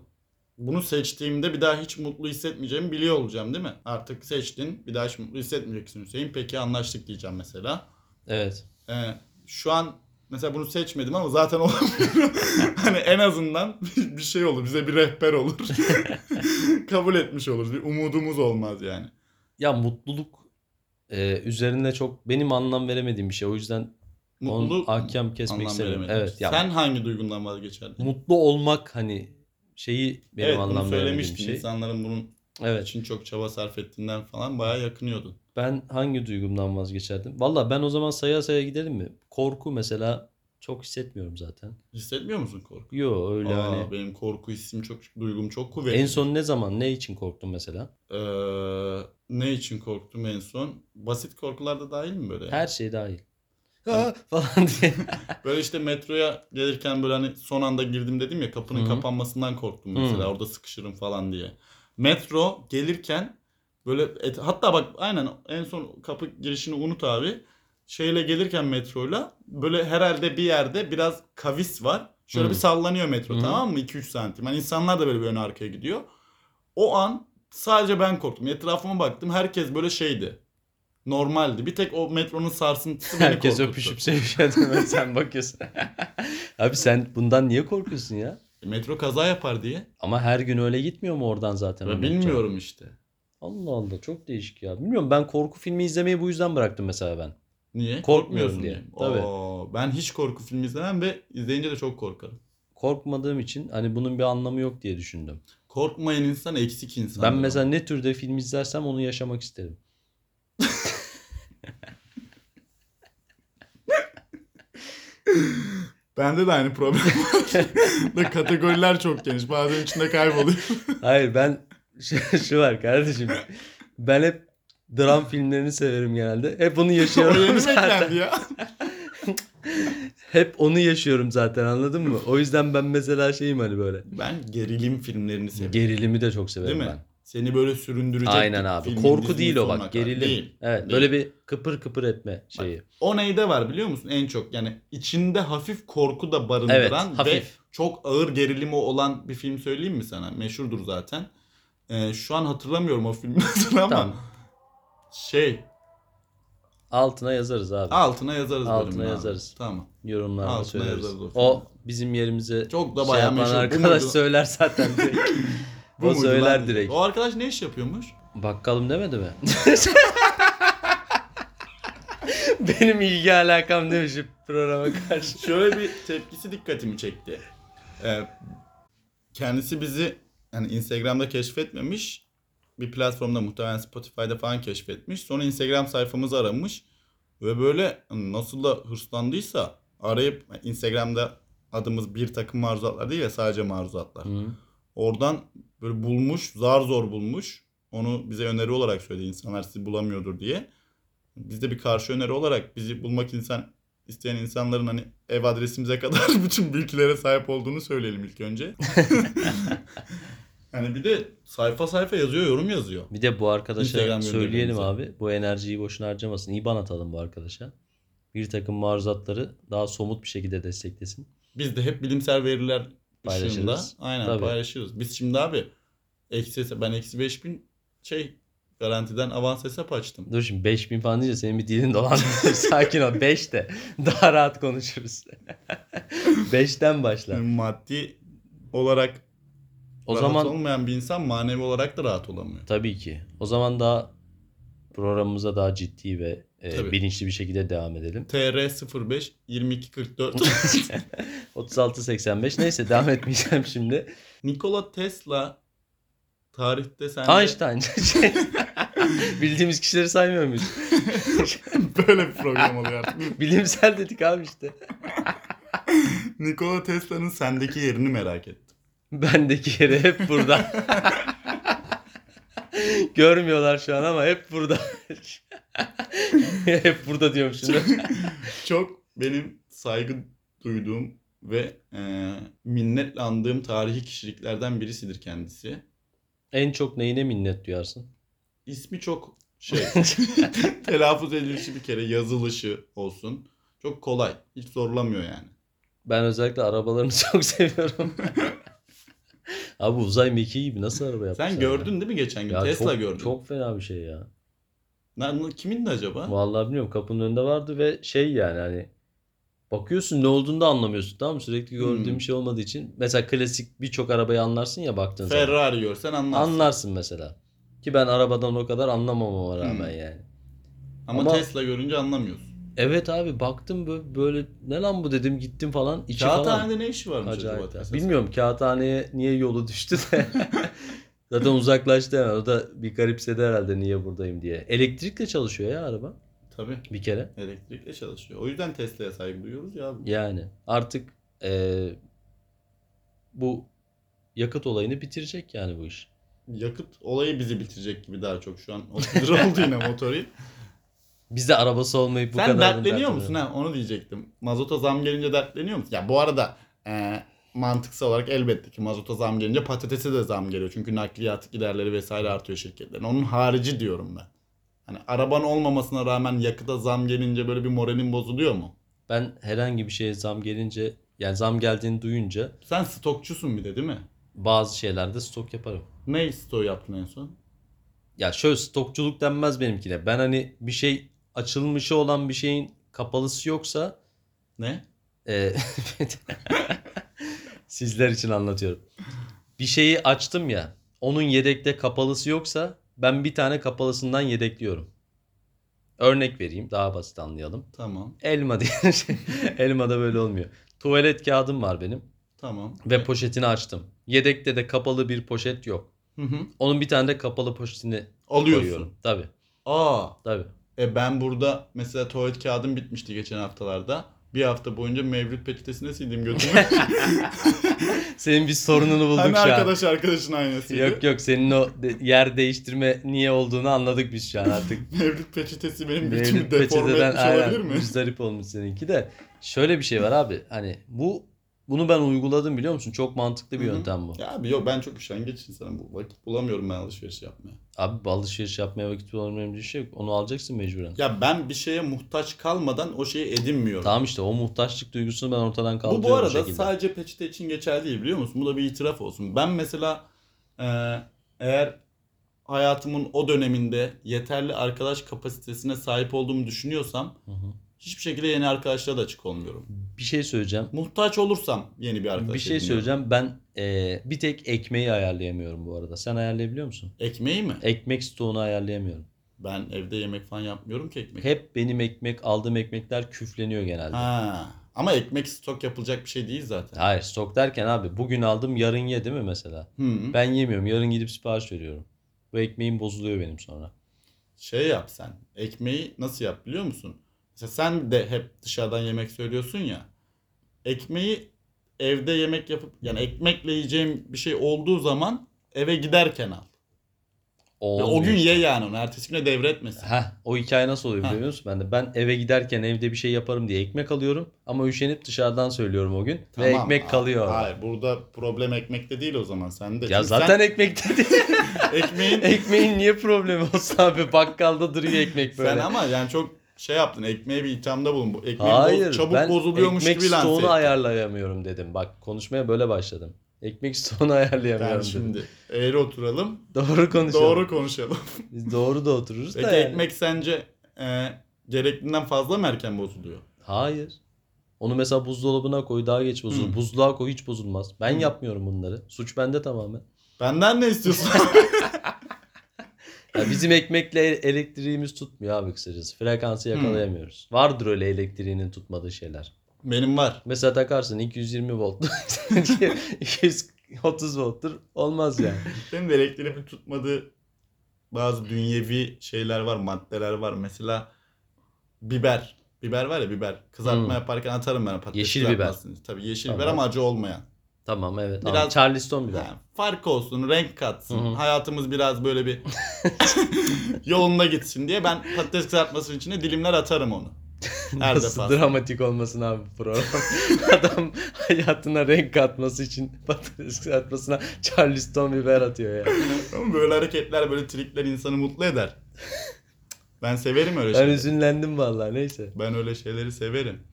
S1: bunu seçtiğimde bir daha hiç mutlu hissetmeyeceğimi biliyor olacağım değil mi? Artık seçtin bir daha hiç mutlu hissetmeyeceksin Hüseyin. Peki anlaştık diyeceğim mesela.
S2: Evet.
S1: E, şu an mesela bunu seçmedim ama zaten [LAUGHS] olamıyorum. hani en azından [LAUGHS] bir şey olur bize bir rehber olur. [LAUGHS] Kabul etmiş oluruz. Bir umudumuz olmaz yani.
S2: Ya mutluluk e, üzerinde çok benim anlam veremediğim bir şey. O yüzden onu
S1: Mutluluk
S2: ahkam kesmek
S1: anlam
S2: istemiyorum.
S1: veremedim.
S2: Evet. Ya,
S1: Sen hangi duygundan vazgeçerdin?
S2: mutlu olmak hani şeyi benim
S1: evet bunu
S2: anlam veremediğim bir
S1: söylemiştin.
S2: şey.
S1: İnsanların bunun
S2: Evet.
S1: için çok çaba sarf ettiğinden falan bayağı yakınıyordun.
S2: Ben hangi duygumdan vazgeçerdim? Valla ben o zaman saya saya gidelim mi? Korku mesela çok hissetmiyorum zaten.
S1: Hissetmiyor musun korku?
S2: Yo öyle
S1: Aa,
S2: hani.
S1: Benim korku hissim çok, duygum çok kuvvetli.
S2: En son ne zaman ne için korktun mesela?
S1: Ee, ne için korktum en son? Basit korkularda dahil mi böyle?
S2: Her şey dahil.
S1: Ha,
S2: falan diye.
S1: Böyle işte metroya gelirken böyle hani son anda girdim dedim ya kapının
S2: Hı.
S1: kapanmasından korktum mesela.
S2: Hı.
S1: Orada sıkışırım falan diye. Metro gelirken böyle et- hatta bak aynen en son kapı girişini unut abi. Şeyle gelirken metroyla böyle herhalde bir yerde biraz kavis var. Şöyle
S2: Hı.
S1: bir sallanıyor metro
S2: Hı.
S1: tamam mı? 2-3 santim. Hani insanlar da böyle bir öne arkaya gidiyor. O an sadece ben korktum. Etrafıma baktım herkes böyle şeydi. Normaldi. Bir tek o metronun sarsıntısı beni
S2: Herkes
S1: korkuttu.
S2: öpüşüp sevişen ben
S1: [LAUGHS]
S2: sen bakıyorsun. [LAUGHS] Abi sen bundan niye korkuyorsun ya?
S1: Metro kaza yapar diye.
S2: Ama her gün öyle gitmiyor mu oradan zaten? o
S1: Ya
S2: metro?
S1: bilmiyorum işte.
S2: Allah Allah çok değişik ya. Bilmiyorum ben korku filmi izlemeyi bu yüzden bıraktım mesela ben.
S1: Niye?
S2: Korkmuyorum diye. Tabii.
S1: Oo, ben hiç korku filmi izlemem ve izleyince de çok korkarım.
S2: Korkmadığım için hani bunun bir anlamı yok diye düşündüm.
S1: Korkmayan insan eksik insan.
S2: ben mesela ne türde film izlersem onu yaşamak isterim.
S1: Bende de aynı problem
S2: [LAUGHS]
S1: var. Kategoriler çok geniş. Bazen içinde
S2: [LAUGHS]
S1: kayboluyor.
S2: Hayır ben şu, şu var kardeşim. Ben hep dram filmlerini severim genelde. Hep onu
S1: o yeni
S2: yaşıyorum zaten.
S1: beklendi ya.
S2: Hep onu yaşıyorum zaten anladın mı? O yüzden ben mesela şeyim hani böyle.
S1: Ben gerilim filmlerini seviyorum.
S2: Gerilimi de çok severim
S1: Değil mi?
S2: ben.
S1: Seni böyle süründürecek.
S2: Aynen
S1: bir
S2: abi.
S1: filmin,
S2: Korku
S1: dizinin
S2: değil o
S1: sonuna
S2: bak.
S1: kadar.
S2: Gerilim.
S1: Değil.
S2: evet.
S1: Değil.
S2: Böyle bir kıpır kıpır etme şeyi.
S1: O neyde var biliyor musun? En çok yani içinde hafif korku da
S2: evet.
S1: barındıran ve
S2: Hafif.
S1: çok ağır gerilimi olan bir film söyleyeyim mi sana? Meşhurdur zaten. Ee, şu an hatırlamıyorum o [LAUGHS] filmin adını ama
S2: Tamam.
S1: şey
S2: Altına yazarız abi.
S1: altına yazarız.
S2: Altına
S1: bölümünü abi.
S2: yazarız.
S1: Tamam.
S2: Yorumlarda
S1: altına
S2: söyleriz.
S1: yazarız o
S2: o
S1: filmi.
S2: bizim yerimize
S1: Çok da
S2: şey
S1: bayağı
S2: yapan
S1: meşhur. Bu
S2: arkadaş
S1: muydu?
S2: söyler zaten
S1: [LAUGHS]
S2: direkt.
S1: Bu
S2: o
S1: muydu lan
S2: söyler
S1: dedi.
S2: direkt.
S1: O arkadaş ne iş yapıyormuş?
S2: Bakkalım demedi mi? [LAUGHS] Benim ilgi alakam demiş programa karşı.
S1: Şöyle bir tepkisi dikkatimi çekti. Ee, kendisi bizi yani Instagram'da keşfetmemiş. Bir platformda muhtemelen Spotify'da falan keşfetmiş. Sonra Instagram sayfamızı aramış. Ve böyle hani nasıl da hırslandıysa arayıp yani Instagram'da adımız bir takım maruzatlar değil ya sadece maruzatlar.
S2: Hı.
S1: Oradan böyle bulmuş, zar zor bulmuş. Onu bize öneri olarak söyledi insanlar sizi bulamıyordur diye. Biz de bir karşı öneri olarak bizi bulmak insan isteyen insanların hani ev adresimize [LAUGHS] kadar bütün bilgilere sahip olduğunu söyleyelim ilk
S2: [LAUGHS]
S1: önce. hani bir de sayfa sayfa yazıyor, yorum yazıyor.
S2: Bir de bu arkadaşa
S1: Instagram
S2: söyleyelim
S1: gönderimize.
S2: abi. Bu enerjiyi boşuna harcamasın. İban atalım bu arkadaşa. Bir takım maruzatları daha somut bir şekilde desteklesin.
S1: Biz de hep bilimsel veriler
S2: Paylaşırız.
S1: ışığında aynen
S2: Tabii.
S1: paylaşırız. Biz şimdi abi eksi ben eksi 5000 şey garantiden avans hesap açtım.
S2: Dur şimdi 5000 falan deyince senin bir dilin dolandı. [LAUGHS] Sakin ol 5 de. [LAUGHS] Daha rahat [LAUGHS] konuşuruz. 5'ten başla.
S1: Maddi olarak
S2: O
S1: rahat
S2: zaman
S1: olmayan bir insan manevi olarak da rahat olamıyor.
S2: tabii ki. O zaman daha programımıza daha ciddi ve e,
S1: Tabii.
S2: bilinçli bir şekilde devam edelim.
S1: TR 05 2244
S2: [LAUGHS] 3685 neyse devam etmeyeceğim şimdi.
S1: Nikola Tesla tarihte sen
S2: Einstein. [LAUGHS] Şey, Bildiğimiz kişileri saymıyor muyuz?
S1: [LAUGHS] böyle bir program oluyor artık.
S2: [LAUGHS] Bilimsel dedik abi işte.
S1: Nikola Tesla'nın sendeki yerini merak ettim.
S2: Bendeki yeri hep [LAUGHS] burada. Görmüyorlar şu an ama hep burada. hep burada diyorum şimdi.
S1: Çok benim saygı duyduğum ve e, minnetle andığım tarihi kişiliklerden birisidir kendisi.
S2: En çok neyine minnet duyarsın?
S1: İsmi çok şey
S2: [LAUGHS]
S1: telaffuz edilişi bir kere yazılışı olsun. Çok kolay. Hiç zorlamıyor yani.
S2: Ben özellikle arabalarını [LAUGHS] çok seviyorum. Abi uzay mekiği gibi nasıl araba yapmışlar?
S1: Sen gördün değil mi geçen gün?
S2: ya? Ya
S1: Tesla
S2: çok,
S1: gördün.
S2: Çok fena bir şey ya.
S1: Lan Kimin de acaba?
S2: Vallahi bilmiyorum kapının önünde vardı ve şey yani hani bakıyorsun ne olduğunu da anlamıyorsun tamam mı? Sürekli gördüğüm
S1: Hmm.
S2: şey olmadığı için. Mesela klasik birçok arabayı anlarsın ya baktığın zaman.
S1: Ferrari görsen anlarsın.
S2: Anlarsın mesela. Ki ben arabadan o kadar anlamamama rağmen
S1: Hmm.
S2: yani.
S1: Ama,
S2: Ama-
S1: Tesla görünce anlamıyorsun.
S2: Evet abi baktım bö- böyle ne lan bu dedim gittim falan. içi falan.
S1: Kağıthanede ne işi varmış acaba
S2: Acayip. ya.
S1: Tesla?
S2: Bilmiyorum kağıthaneye niye yolu düştü
S1: [LAUGHS]
S2: de. Zaten uzaklaştı yani. O da bir garipsedi herhalde niye buradayım diye. Elektrikle çalışıyor ya araba
S1: Tabii.
S2: bir kere.
S1: Elektrikle çalışıyor. O yüzden Tesla'ya saygı duyuyoruz ya.
S2: Yani artık eee, bu yakıt olayını bitirecek yani bu iş.
S1: Yakıt olayı bizi bitirecek gibi daha çok şu an. [LAUGHS] 30 lira oldu yine motoru.
S2: Bizde arabası olmayıp bu
S1: Sen
S2: kadar
S1: dertleniyor musun? Ha, onu diyecektim. Mazota zam gelince dertleniyor musun? Ya bu arada e, mantıksal olarak elbette ki mazota zam gelince patatese de zam geliyor. Çünkü nakliyat giderleri vesaire artıyor şirketlerin. Onun harici diyorum ben. Hani araban olmamasına rağmen yakıta zam gelince böyle bir moralin bozuluyor mu?
S2: Ben herhangi bir şeye zam gelince yani zam geldiğini duyunca
S1: Sen stokçusun bir de değil mi?
S2: bazı şeylerde stok yaparım.
S1: Ne stoğu yaptın en son?
S2: Ya şöyle stokçuluk denmez benimkine. Ben hani bir şey açılmışı olan bir şeyin kapalısı yoksa
S1: Ne?
S2: e, [LAUGHS] sizler için anlatıyorum. Bir şeyi açtım ya onun yedekte kapalısı yoksa ben bir tane kapalısından yedekliyorum. Örnek vereyim daha basit anlayalım.
S1: Tamam.
S2: Elma diye [LAUGHS] şey. Elmada böyle olmuyor. Tuvalet kağıdım var benim
S1: Tamam.
S2: ve poşetini açtım. Yedekte de kapalı bir poşet yok.
S1: Hı hı.
S2: Onun bir tane de kapalı poşetini
S1: Alıyorsun.
S2: koyuyorum. Tabii
S1: Aa.
S2: tabii.
S1: E ben burada mesela tuvalet kağıdım bitmişti geçen haftalarda. Bir hafta boyunca mevlüt peçetesine sildim götümü.
S2: Senin bir sorununu bulduk
S1: Hani
S2: şu an.
S1: arkadaş arkadaşın aynasıydı.
S2: Yok yok senin o de- yer değiştirme niye olduğunu anladık biz şu an artık.
S1: [LAUGHS] Mevlüt peçetesi benim
S2: Mevlüt
S1: götümü deforme etmiş
S2: aynen,
S1: olabilir mi?
S2: müzdarip olmuş seninki de. Şöyle bir şey var abi hani bu bunu ben uyguladım biliyor musun? Çok mantıklı bir
S1: Hı hı.
S2: yöntem bu.
S1: Ya abi yok ben çok üşengeç insanım. Bu vakit bulamıyorum ben alışveriş yapmaya.
S2: Abi alışveriş yapmaya vakit bulan önemli bir şey yok. Onu alacaksın mecburen.
S1: Ya ben bir şeye muhtaç kalmadan o şeyi edinmiyorum.
S2: Tamam işte o muhtaçlık duygusunu ben ortadan
S1: Bu
S2: kaldırıyorum
S1: bu
S2: bu
S1: arada
S2: şekilde.
S1: sadece peçete için geçerli değil biliyor musun? Bu da bir itiraf olsun. Ben mesela e, eğer hayatımın o döneminde yeterli arkadaş kapasitesine sahip olduğumu düşünüyorsam
S2: Hı hı.
S1: hiçbir şekilde yeni arkadaşlara da açık olmuyorum.
S2: Bir şey söyleyeceğim.
S1: Muhtaç olursam yeni bir arkadaş
S2: bir şey
S1: ediniyorum.
S2: söyleyeceğim. Ben eee, bir tek ekmeği ayarlayamıyorum bu arada. Sen ayarlayabiliyor musun?
S1: Ekmeği mi?
S2: Ekmek stoğunu ayarlayamıyorum.
S1: Ben evde yemek falan yapmıyorum ki ekmek.
S2: Hep benim ekmek, aldığım ekmekler küfleniyor genelde.
S1: Ha. Ama ekmek stok yapılacak bir şey değil zaten.
S2: Hayır stok derken abi bugün aldım yarın ye değil mi mesela?
S1: Hı.
S2: Ben yemiyorum yarın gidip sipariş veriyorum. Bu ekmeğim bozuluyor benim sonra.
S1: Şey yap sen. Ekmeği nasıl yap biliyor musun? Mesela sen de hep dışarıdan yemek söylüyorsun ya. Ekmeği evde yemek yapıp yani ekmekle yiyeceğim bir şey olduğu zaman eve giderken al. Ve o
S2: Olmuyor
S1: gün
S2: işte.
S1: ye yani onu. Ertesi güne devretmesin.
S2: Heh, o hikaye nasıl oluyor
S1: Heh.
S2: biliyor musun? Ben de ben eve giderken evde bir şey yaparım diye ekmek alıyorum ama üşenip dışarıdan söylüyorum o gün ve
S1: Tamam.
S2: ekmek kalıyor. orada.
S1: Hayır burada problem ekmekte değil o zaman. Sen de.
S2: Ya
S1: Çünkü
S2: zaten ekmek dedi.
S1: sen
S2: [LAUGHS]
S1: ekmeğin
S2: Ekmeğin niye problemi olsun abi? Bakkalda duruyor ekmek böyle.
S1: Sen ama yani çok şey yaptın ekmeğe bir ithamda bulun. Bu ekmeğin
S2: Hayır
S1: boz- çabuk
S2: ben
S1: bozuluyormuş
S2: ekmek
S1: gibi lanse
S2: stoğunu
S1: ettin.
S2: ayarlayamıyorum dedim. Bak konuşmaya böyle başladım. Ekmek stoğunu ayarlayamıyorum
S1: Yani
S2: dedim.
S1: şimdi eğri oturalım.
S2: Doğru konuşalım.
S1: Doğru
S2: [LAUGHS]
S1: konuşalım.
S2: Biz doğru da otururuz
S1: Peki
S2: da yani.
S1: ekmek sence e, gerektiğinden fazla mı erken bozuluyor?
S2: Hayır. Onu mesela buzdolabına koy daha geç bozulur.
S1: Hı.
S2: Buzluğa koy hiç bozulmaz. Ben
S1: Hı.
S2: yapmıyorum bunları. Suç bende tamamen.
S1: Benden ne
S2: [LAUGHS]
S1: istiyorsun?
S2: Ya bizim ekmekle e- elektriğimiz tutmuyor abi kısacası. Frekansı yakalayamıyoruz. Vardır öyle elektriğinin tutmadığı şeyler.
S1: Benim var.
S2: Mesela takarsın 220 volt. [LAUGHS] 230 volttur. Olmaz yani.
S1: Benim de elektriğimi tutmadığı bazı dünyevi şeyler var, maddeler var. Mesela biber. Biber var ya biber. Kızartma
S2: Hmm.
S1: yaparken atarım ben patates
S2: Yeşil biber.
S1: kızartmasını. Tabii yeşil biber
S2: Tamam.
S1: ama acı olmayan.
S2: Tamam evet.
S1: Biraz-
S2: Biraz... Charleston biber.
S1: Ha, fark olsun, renk katsın.
S2: Hı hı.
S1: Hayatımız biraz böyle
S2: [LAUGHS]
S1: bir yolunda gitsin diye ben patates kızartmasının içine dilimler atarım onu. Her
S2: Nasıl
S1: defasında.
S2: dramatik olmasın abi bu program. [LAUGHS] Adam hayatına renk katması için patates kızartmasına Charleston biber atıyor ya.
S1: Ama böyle hareketler, böyle trikler insanı mutlu eder. Ben severim öyle
S2: Ben
S1: şeyleri.
S2: üzünlendim vallahi neyse.
S1: Ben öyle şeyleri severim.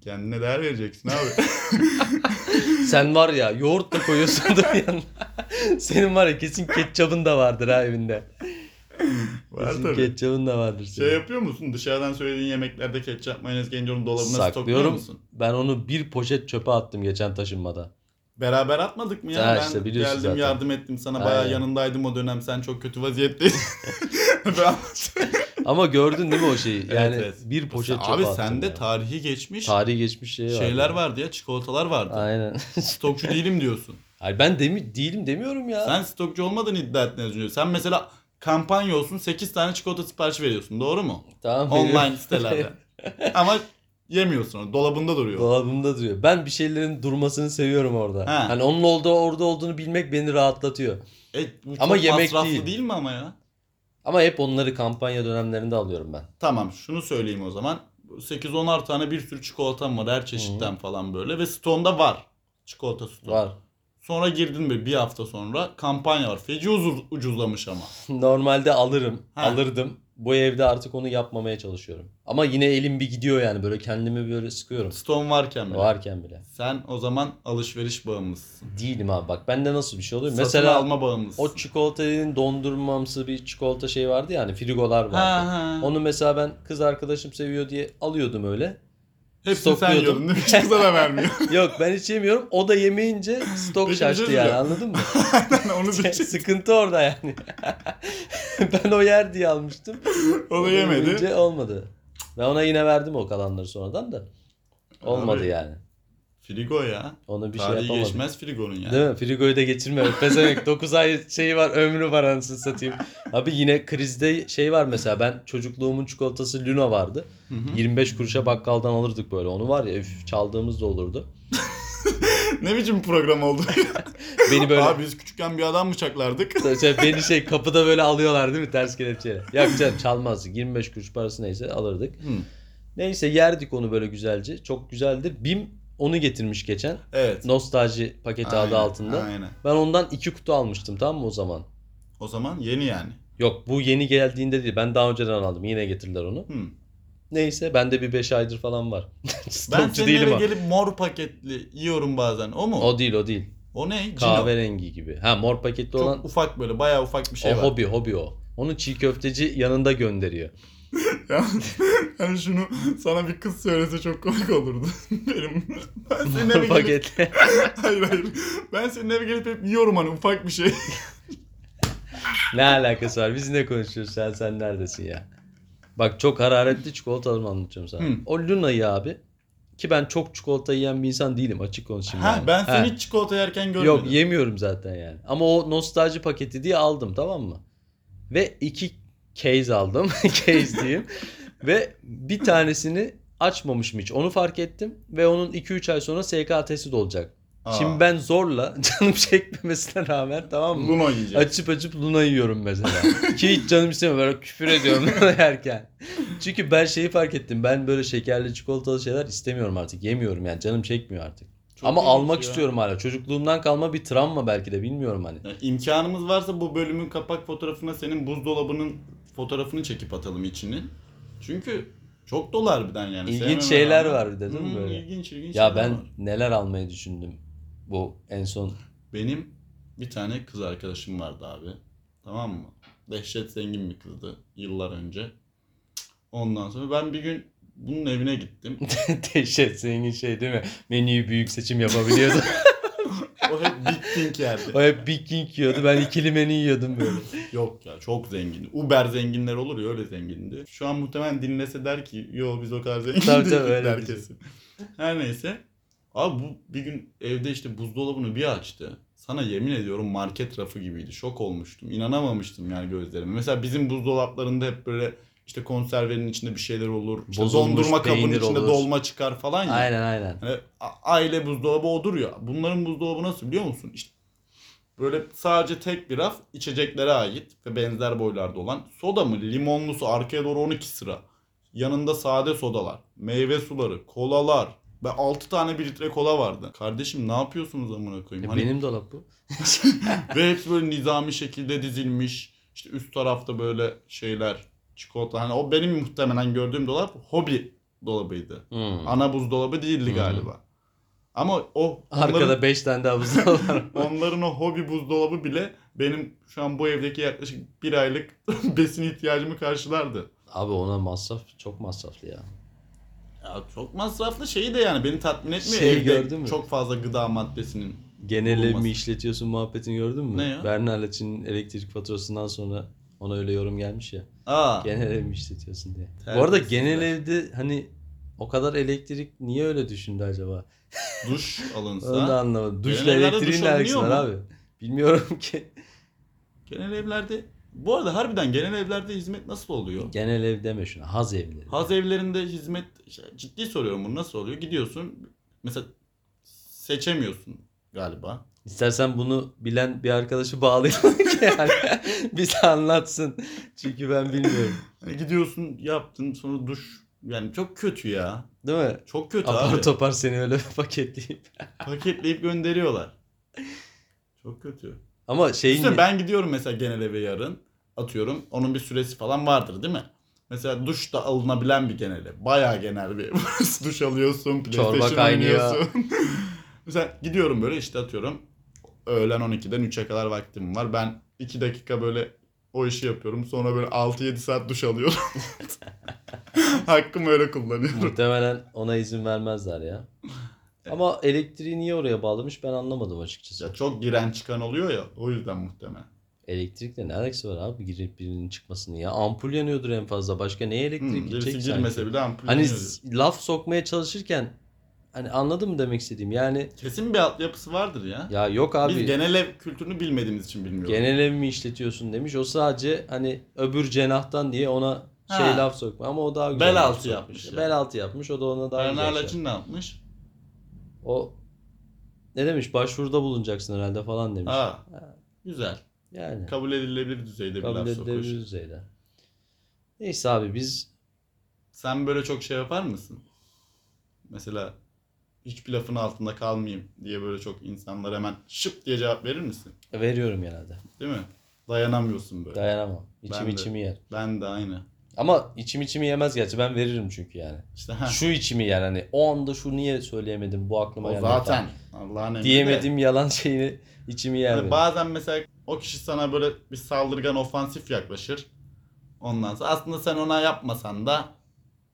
S1: Kendine değer vereceksin abi.
S2: [LAUGHS] Sen var ya yoğurt da koyuyorsun da bir yanına. [LAUGHS] Senin var ya kesin ketçabın da vardır ha evinde.
S1: Var
S2: kesin
S1: tabii.
S2: ketçabın da vardır.
S1: Şey
S2: Senin.
S1: yapıyor musun? Dışarıdan söylediğin yemeklerde ketçap, mayonez gelince onu dolabına stokluyor
S2: Saklıyorum.
S1: musun?
S2: Ben onu bir poşet çöpe attım geçen taşınmada.
S1: Beraber atmadık mı ya?
S2: Ha
S1: ben
S2: işte,
S1: geldim
S2: biliyorsun zaten.
S1: yardım ettim sana.
S2: Aynen.
S1: Bayağı yanındaydım o dönem. Sen çok kötü
S2: [LAUGHS]
S1: vaziyetteydin. [LAUGHS] ben...
S2: Ama gördün değil mi o şeyi? Yani
S1: Evet, evet.
S2: bir poşet çöpe
S1: Abi
S2: attım.
S1: sende
S2: ya.
S1: tarihi geçmiş
S2: tarihi geçmiş şey var.
S1: şeyler
S2: ya.
S1: vardı ya. Çikolatalar vardı.
S2: Aynen. [LAUGHS]
S1: Stokçu değilim diyorsun.
S2: Hayır ben demi değilim demiyorum ya.
S1: Sen stokçu olmadığını iddia ettin az önce. Sen mesela kampanya olsun 8 tane çikolata siparişi veriyorsun. Doğru
S2: [LAUGHS]
S1: mu?
S2: Tamam,
S1: Online
S2: veriyorum.
S1: sitelerde. Ama yemiyorsun onu. Dolabında duruyor.
S2: Dolabımda duruyor. Ben bir şeylerin durmasını seviyorum orada.
S1: Ha.
S2: Hani onun orada orada olduğunu bilmek beni rahatlatıyor.
S1: E, bu çok
S2: Ama yemek
S1: masraflı
S2: değil.
S1: mi ama ya?
S2: Ama hep onları kampanya dönemlerinde alıyorum ben.
S1: Tamam şunu söyleyeyim o zaman. 8-10'ar tane bir sürü çikolatam var her çeşitten falan böyle ve stonda var. Çikolata stoğu.
S2: Var. [LAUGHS]
S1: Sonra girdin böyle bir hafta sonra kampanya var. Feci ucuz, ucuzlamış ama.
S2: Normalde alırım,
S1: Ha.
S2: alırdım. Bu evde artık onu yapmamaya çalışıyorum. Ama yine elim bir gidiyor yani böyle kendimi böyle sıkıyorum.
S1: Ston varken bile.
S2: Varken bile.
S1: Sen o zaman alışveriş bağımlısısın.
S2: Değilim abi bak bende nasıl bir şey oluyor.
S1: Satın
S2: Mesela
S1: alma bağımlısısın.
S2: o çikolatanın dondurmamsı bir çikolata şey vardı ya hani frigolar vardı.
S1: Ha, ha.
S2: Onu mesela ben kız arkadaşım seviyor diye alıyordum öyle.
S1: Hepsini sen
S2: stokluyordum.
S1: yiyordun değil mi? Hiç kıza da
S2: [LAUGHS]
S1: vermiyor.
S2: Yok ben hiç yemiyorum. O da yemeyince stok
S1: Benim
S2: şaştı
S1: gözüm
S2: yani
S1: yok.
S2: anladın
S1: [LAUGHS]
S2: mı? [LAUGHS]
S1: Aynen onu diyeceksin.
S2: Sıkıntı orada yani. [LAUGHS] ben o yer diye almıştım.
S1: Onu yemedi.
S2: yemeyince olmadı. Ben ona yine verdim o kalanları sonradan da. Olmadı
S1: Abi,
S2: yani.
S1: Frigo ya.
S2: Ona bir şey
S1: Tarihi
S2: yapamadım.
S1: geçmez frigonun yani.
S2: Değil mi? Frigoyu da geçirme.
S1: [LAUGHS]
S2: Pezevenk 9 ay şeyi var ömrü var anasını satayım. Abi yine krizde şey var mesela ben çocukluğumun çikolatası Luna vardı.
S1: Hı hı.
S2: 25 kuruşa bakkaldan alırdık böyle onu var ya üf, çaldığımız da olurdu.
S1: ne biçim program oldu?
S2: Beni böyle
S1: Abi biz küçükken bir adam bıçaklardık.
S2: [LAUGHS] Şey, beni şey kapıda böyle alıyorlar değil mi ters kelepçeyle. Yok canım çalmaz. 25 kuruş parası neyse alırdık.
S1: Hı.
S2: Neyse yerdik onu böyle güzelce. Çok güzeldir. Bim onu getirmiş geçen.
S1: Evet.
S2: Nostalji paketi adı
S1: Aynen,
S2: altında.
S1: Aynen.
S2: Ben ondan iki kutu almıştım tamam mı o zaman?
S1: O zaman yeni yani.
S2: Yok bu yeni geldiğinde değil. Ben daha önceden aldım. Yine getirdiler onu.
S1: Hı.
S2: Neyse bende bir 5 aydır falan var. [LAUGHS]
S1: Ben
S2: Stokçu
S1: senin
S2: değilim
S1: eve
S2: o.
S1: gelip mor paketli yiyorum bazen. O mu? O,
S2: O değil o değil.
S1: ne? Cino.
S2: Kahverengi gibi. Ha mor paketli
S1: Çok
S2: olan
S1: ufak böyle bayağı ufak bir şey
S2: o
S1: var.
S2: hobi hobi o. Onu çiğ köfteci yanında gönderiyor.
S1: [LAUGHS] yani şunu sana bir kız söylese çok komik olurdu. [LAUGHS] Benim. Ben senin
S2: [LAUGHS] Mor paketli.
S1: [LAUGHS] hayır hayır. Ben senin eve gelip hep yiyorum hani ufak bir şey.
S2: Ne alakası var? Biz ne konuşuyoruz sen sen neredesin ya? Bak çok hararetli çikolatalarımı anlatıyorum sana.
S1: Hı.
S2: O Luna'yı abi ki ben çok çikolata yiyen bir insan değilim açık konuşayım.
S1: ha
S2: yani.
S1: ben seni
S2: Ha.
S1: hiç çikolata yerken görmedim.
S2: Yok yemiyorum zaten yani. Ama o nostalji paketi diye aldım tamam mı? Ve iki case aldım. [LAUGHS]
S1: [LAUGHS]
S2: case diyeyim. Ve bir tanesini açmamışım hiç. Onu fark ettim. Ve onun 2-3 ay sonra SKT'si dolacak.
S1: Aa,
S2: Şimdi ben zorla [LAUGHS] canım çekmemesine rağmen tamam mı?
S1: Luna yiyeceğim.
S2: Açıp açıp Luna yiyorum
S1: [LAUGHS]
S2: mesela. Ki hiç canım istemiyor. Böyle küfür ediyorum [LAUGHS] Luna yerken. Çünkü ben şeyi fark ettim. Ben böyle şekerli çikolatalı şeyler istemiyorum artık. Yemiyorum yani. Canım çekmiyor artık.
S1: Çok
S2: Ama
S1: ilginç
S2: almak
S1: ya.
S2: istiyorum hala. Çocukluğumdan kalma bir travma belki de bilmiyorum hani.
S1: Yani imkanımız varsa bu bölümün kapak fotoğrafına senin buzdolabının fotoğrafını çekip atalım içini. Çünkü çok dolar birden yani.
S2: İlginç
S1: Sevmeme
S2: şeyler
S1: rağmen.
S2: var bir de değil mi
S1: Hmm,
S2: böyle?
S1: İlginç ilginç
S2: Ya
S1: şeyler
S2: ben
S1: var.
S2: neler almayı düşündüm bu en son. [LAUGHS]
S1: Benim bir tane kız arkadaşım vardı abi. Tamam mı? Dehşet zengin bir kızdı yıllar önce. Ondan sonra ben bir gün bunun evine gittim. [LAUGHS]
S2: Dehşet zengin şey değil mi? Menüyü büyük seçim yapabiliyordu.
S1: O hep Big King yerdi.
S2: O hep Big King yiyordu. Ben ikili menü yiyordum böyle.
S1: Yok ya çok zengin. Uber zenginler olur ya öyle zengindi. Şu an muhtemelen dinlese der ki yo biz o kadar zengin
S2: Tabii, tabii,
S1: değiliz"
S2: öyle
S1: der
S2: diyecek.
S1: kesin. Her neyse. Abi bu bir gün evde işte buzdolabını bir açtı. Sana yemin ediyorum market rafı gibiydi. Şok olmuştum. İnanamamıştım yani gözlerime. Mesela bizim buzdolaplarında hep böyle işte konservenin içinde bir şeyler olur. İşte
S2: Bozulmuş
S1: dondurma kabının
S2: peynir
S1: içinde
S2: olur.
S1: dolma çıkar falan ya.
S2: Aynen aynen.
S1: Hani a- aile buzdolabı odur ya. Bunların buzdolabı nasıl biliyor musun? İşte böyle sadece tek bir raf içeceklere ait ve benzer boylarda olan soda mı limonlu su arkaya doğru 12 sıra. Yanında sade sodalar, meyve suları, kolalar ve 6 tane 1 litre kola vardı. Kardeşim ne yapıyorsunuz amına koyayım?
S2: E,
S1: Hani
S2: Benim dolap bu.
S1: ve hepsi böyle nizami şekilde dizilmiş. İşte üst tarafta böyle şeyler, çikolata. Hani o benim muhtemelen gördüğüm dolap hobi dolabıydı.
S2: Hmm.
S1: Ana buzdolabı değildi
S2: Hı.
S1: galiba. Ama o onların,
S2: Arkada 5 tane daha buzdolabı
S1: [LAUGHS]
S2: var.
S1: onların o hobi buzdolabı bile benim şu an bu evdeki yaklaşık bir aylık [LAUGHS] besin ihtiyacımı karşılardı.
S2: Abi ona masraf çok masraflı ya.
S1: Ya çok masraflı şeyi de yani beni tatmin etmiyor.
S2: Şey
S1: Evde
S2: gördün mü?
S1: Çok fazla gıda maddesinin.
S2: Genel ev
S1: Olmaz.
S2: mi işletiyorsun muhabbetini gördün mü?
S1: Ne ya?
S2: Berna Laç'ın elektrik faturasından sonra ona öyle yorum gelmiş ya.
S1: Aa,
S2: Genel ev mi işletiyorsun diye. Bu arada
S1: Terbiyesizler.
S2: genel evde hani o kadar elektrik niye öyle düşündü acaba?
S1: duş
S2: Onu da
S1: alınsa.
S2: anlamadım. Duşla
S1: Genel evlerde
S2: elektriğin
S1: duş
S2: ne alakası var
S1: alınıyor
S2: abi? Bilmiyorum ki.
S1: genel evlerde bu arada harbiden genel evlerde hizmet nasıl oluyor?
S2: Genel ev deme şuna. Haz evleri.
S1: Haz evlerinde hizmet ciddi soruyorum bunu nasıl oluyor? Gidiyorsun mesela seçemiyorsun galiba.
S2: İstersen bunu bilen bir arkadaşı bağlayalım ki yani. [LAUGHS] bize anlatsın. Çünkü ben bilmiyorum.
S1: Hani gidiyorsun yaptın sonra duş. Yani çok kötü ya.
S2: Değil mi?
S1: Çok kötü abi.
S2: Apar topar seni öyle paketleyip.
S1: Paketleyip gönderiyorlar. Çok kötü.
S2: Ama şeyin...
S1: İşte ben gidiyorum mesela genel eve yarın. Atıyorum. Onun bir süresi falan vardır değil mi? Mesela duş da alınabilen bir genel ev. Bayağı genel bir ev. [LAUGHS] duş alıyorsun.
S2: Çorba
S1: PlayStation
S2: kaynıyor.
S1: oynuyorsun. [LAUGHS] mesela gidiyorum böyle işte atıyorum. Öğlen 12'den 3'e kadar vaktim var. Ben 2 dakika böyle o işi yapıyorum. Sonra böyle 6-7 saat duş alıyorum. [LAUGHS] Hakkımı öyle kullanıyorum.
S2: Muhtemelen ona izin vermezler
S1: [LAUGHS]
S2: ya. Ama elektriği niye oraya bağlamış ben anlamadım açıkçası.
S1: Ya çok giren çıkan oluyor ya o yüzden muhtemelen.
S2: Elektrikle ne alakası var abi girip birinin çıkmasını ya. Ampul yanıyordur en fazla. Başka neye
S1: Hmm,
S2: elektrik
S1: birisi
S2: gidecek
S1: girmese
S2: sanki?
S1: bile ampul
S2: Hani
S1: yanıyor.
S2: s- laf sokmaya çalışırken hani anladın mı demek istediğim? Yani
S1: Kesin bir altyapısı vardır ya.
S2: ya yok abi.
S1: Biz genel ev kültürünü bilmediğimiz için bilmiyoruz.
S2: Genel ev mi işletiyorsun demiş. O sadece hani öbür cenahtan diye ona
S1: Ha.
S2: şey laf sokma ama o daha güzel.
S1: Bel
S2: laf
S1: altı
S2: sokmuş.
S1: yapmış yani.
S2: Bel altı yapmış. O da ona daha
S1: Bernard
S2: güzel. şey
S1: Laçin ne yapmış?
S2: yapmış. O ne demiş? Başvuruda bulunacaksın herhalde falan demiş.
S1: Ha.
S2: Ha.
S1: Güzel.
S2: Yani
S1: Kabul edilebilir düzeyde bir
S2: kabul
S1: laf sokuş.
S2: edilebilir düzeyde. Neyse abi biz
S1: Sen böyle çok şey yapar mısın? Mesela hiçbir lafın altında kalmayayım diye böyle çok insanlar hemen şıp diye cevap verir misin?
S2: veriyorum genelde.
S1: Değil mi? Dayanamıyorsun böyle.
S2: Dayanamam. İçim
S1: Ben de.
S2: içimi yer.
S1: ben de aynı.
S2: Ama içim içimi yemez gerçi. Ben veririm çünkü yani.
S1: İşte ha.
S2: Şu içimi yer hani. O anda şu niye söyleyemedim bu aklıma
S1: O
S2: gelmedi falan.
S1: zaten. Allah'ın emri de.
S2: [LAUGHS] Diyemediğim yalan şeyini içimi yer.
S1: Yani
S2: benim.
S1: Hani bazen mesela o kişi sana böyle bir saldırgan ofansif yaklaşır. Ondan sonra aslında sen ona yapmasan da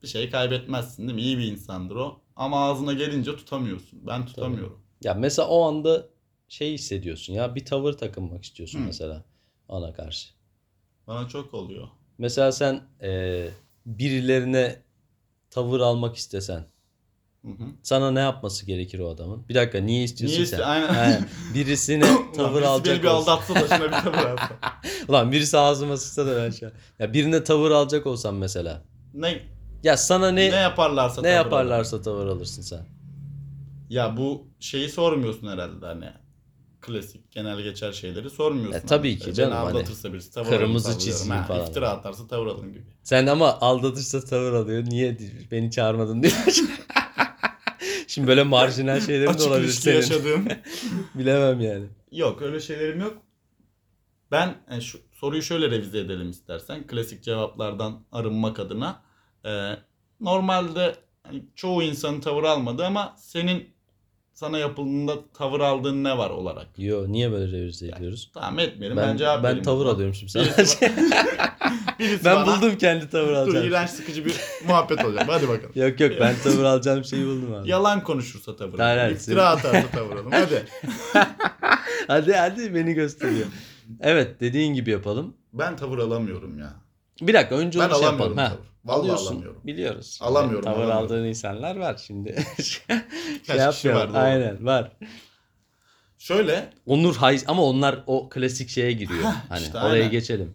S1: bir şey kaybetmezsin değil mi? İyi bir insandır o. Ama ağzına gelince tutamıyorsun. Ben tutamıyorum.
S2: Ya mesela o anda şey hissediyorsun ya bir tavır takınmak istiyorsun
S1: Hı.
S2: mesela ona karşı.
S1: Bana çok oluyor.
S2: Mesela sen eee, birilerine tavır almak istesen
S1: Hı hı.
S2: sana ne yapması gerekir o adamın? Bir dakika niye istiyorsun
S1: Niye
S2: sen?
S1: iste- aynen.
S2: He, birisine
S1: [LAUGHS] Ulan
S2: tavır
S1: birisi
S2: alacak
S1: beni bir
S2: olsan.
S1: aldatsa da şuna bir tavır alsa.
S2: [LAUGHS] Ulan birisi ağzıma sıçsa da ben şu an- Ya birine tavır alacak olsan mesela.
S1: Ne,
S2: Ya sana
S1: ne
S2: ne ne,
S1: yaparlarsa tavır alır.
S2: yaparlarsa tavır alırsın sen.
S1: Ya bu şeyi sormuyorsun herhalde hani. Klasik genel geçer şeyleri sormuyorsun.
S2: E, tabii
S1: Hani
S2: ki
S1: beni
S2: canım, hani
S1: aldatırsa birisi tavır
S2: kırmızı
S1: alın, sallıyorum.
S2: çizgi
S1: Ha,
S2: falan.
S1: İftira atarsa tavır alın gibi.
S2: Sen ama aldatırsa tavır alıyor. Niye beni çağırmadın diyor. [LAUGHS] Şimdi böyle marjinal şeylerin de
S1: Açık
S2: olabilir
S1: ilişki
S2: senin.
S1: yaşadığım.
S2: [LAUGHS] Bilemem yani.
S1: [LAUGHS] Yok öyle şeylerim yok. Ben e, şu soruyu şöyle revize edelim istersen. Klasik cevaplardan arınmak adına. Ee, E, normalde hani çoğu insanın tavır almadı ama senin sana yapıldığında tavır aldığın ne var olarak?
S2: Yo niye böyle revize ediyoruz?
S1: Tamam etmeyelim.
S2: Ben,
S1: Ben, cevap
S2: ben
S1: vereyim.
S2: tavır alıyorum şimdi sana.
S1: Birisi [LAUGHS] Birisi
S2: [LAUGHS] ben
S1: bana-
S2: buldum kendi tavır
S1: Dur
S2: alacağım.
S1: iğrenç sıkıcı bir muhabbet olacak. Hadi
S2: [LAUGHS]
S1: bakalım.
S2: Yok yok
S1: [LAUGHS]
S2: ben tavır alacağım şeyi buldum abi.
S1: Yalan konuşursa tavır
S2: Hayır,
S1: alalım.
S2: hayır,
S1: İftira atarsa tavır alalım. Hadi.
S2: Hadi hadi beni gösteriyor. Evet dediğin gibi yapalım.
S1: Ben tavır alamıyorum ya.
S2: Bir dakika önce
S1: Ben
S2: onu şey
S1: alamıyorum
S2: yapalım. Ha.
S1: tavır. Vallahi
S2: Alıyorsun,
S1: alamıyorum.
S2: Biliyoruz.
S1: Alamıyorum,
S2: Tavır
S1: alamıyorum.
S2: aldığın insanlar var şimdi. [LAUGHS] şey
S1: Kaç kişi
S2: yapmayalım.
S1: vardı?
S2: Aynen var.
S1: Şöyle
S2: Onur Hayz ama onlar o klasik şeye giriyor.
S1: Hah,
S2: hani
S1: işte
S2: oraya
S1: aynen.
S2: geçelim.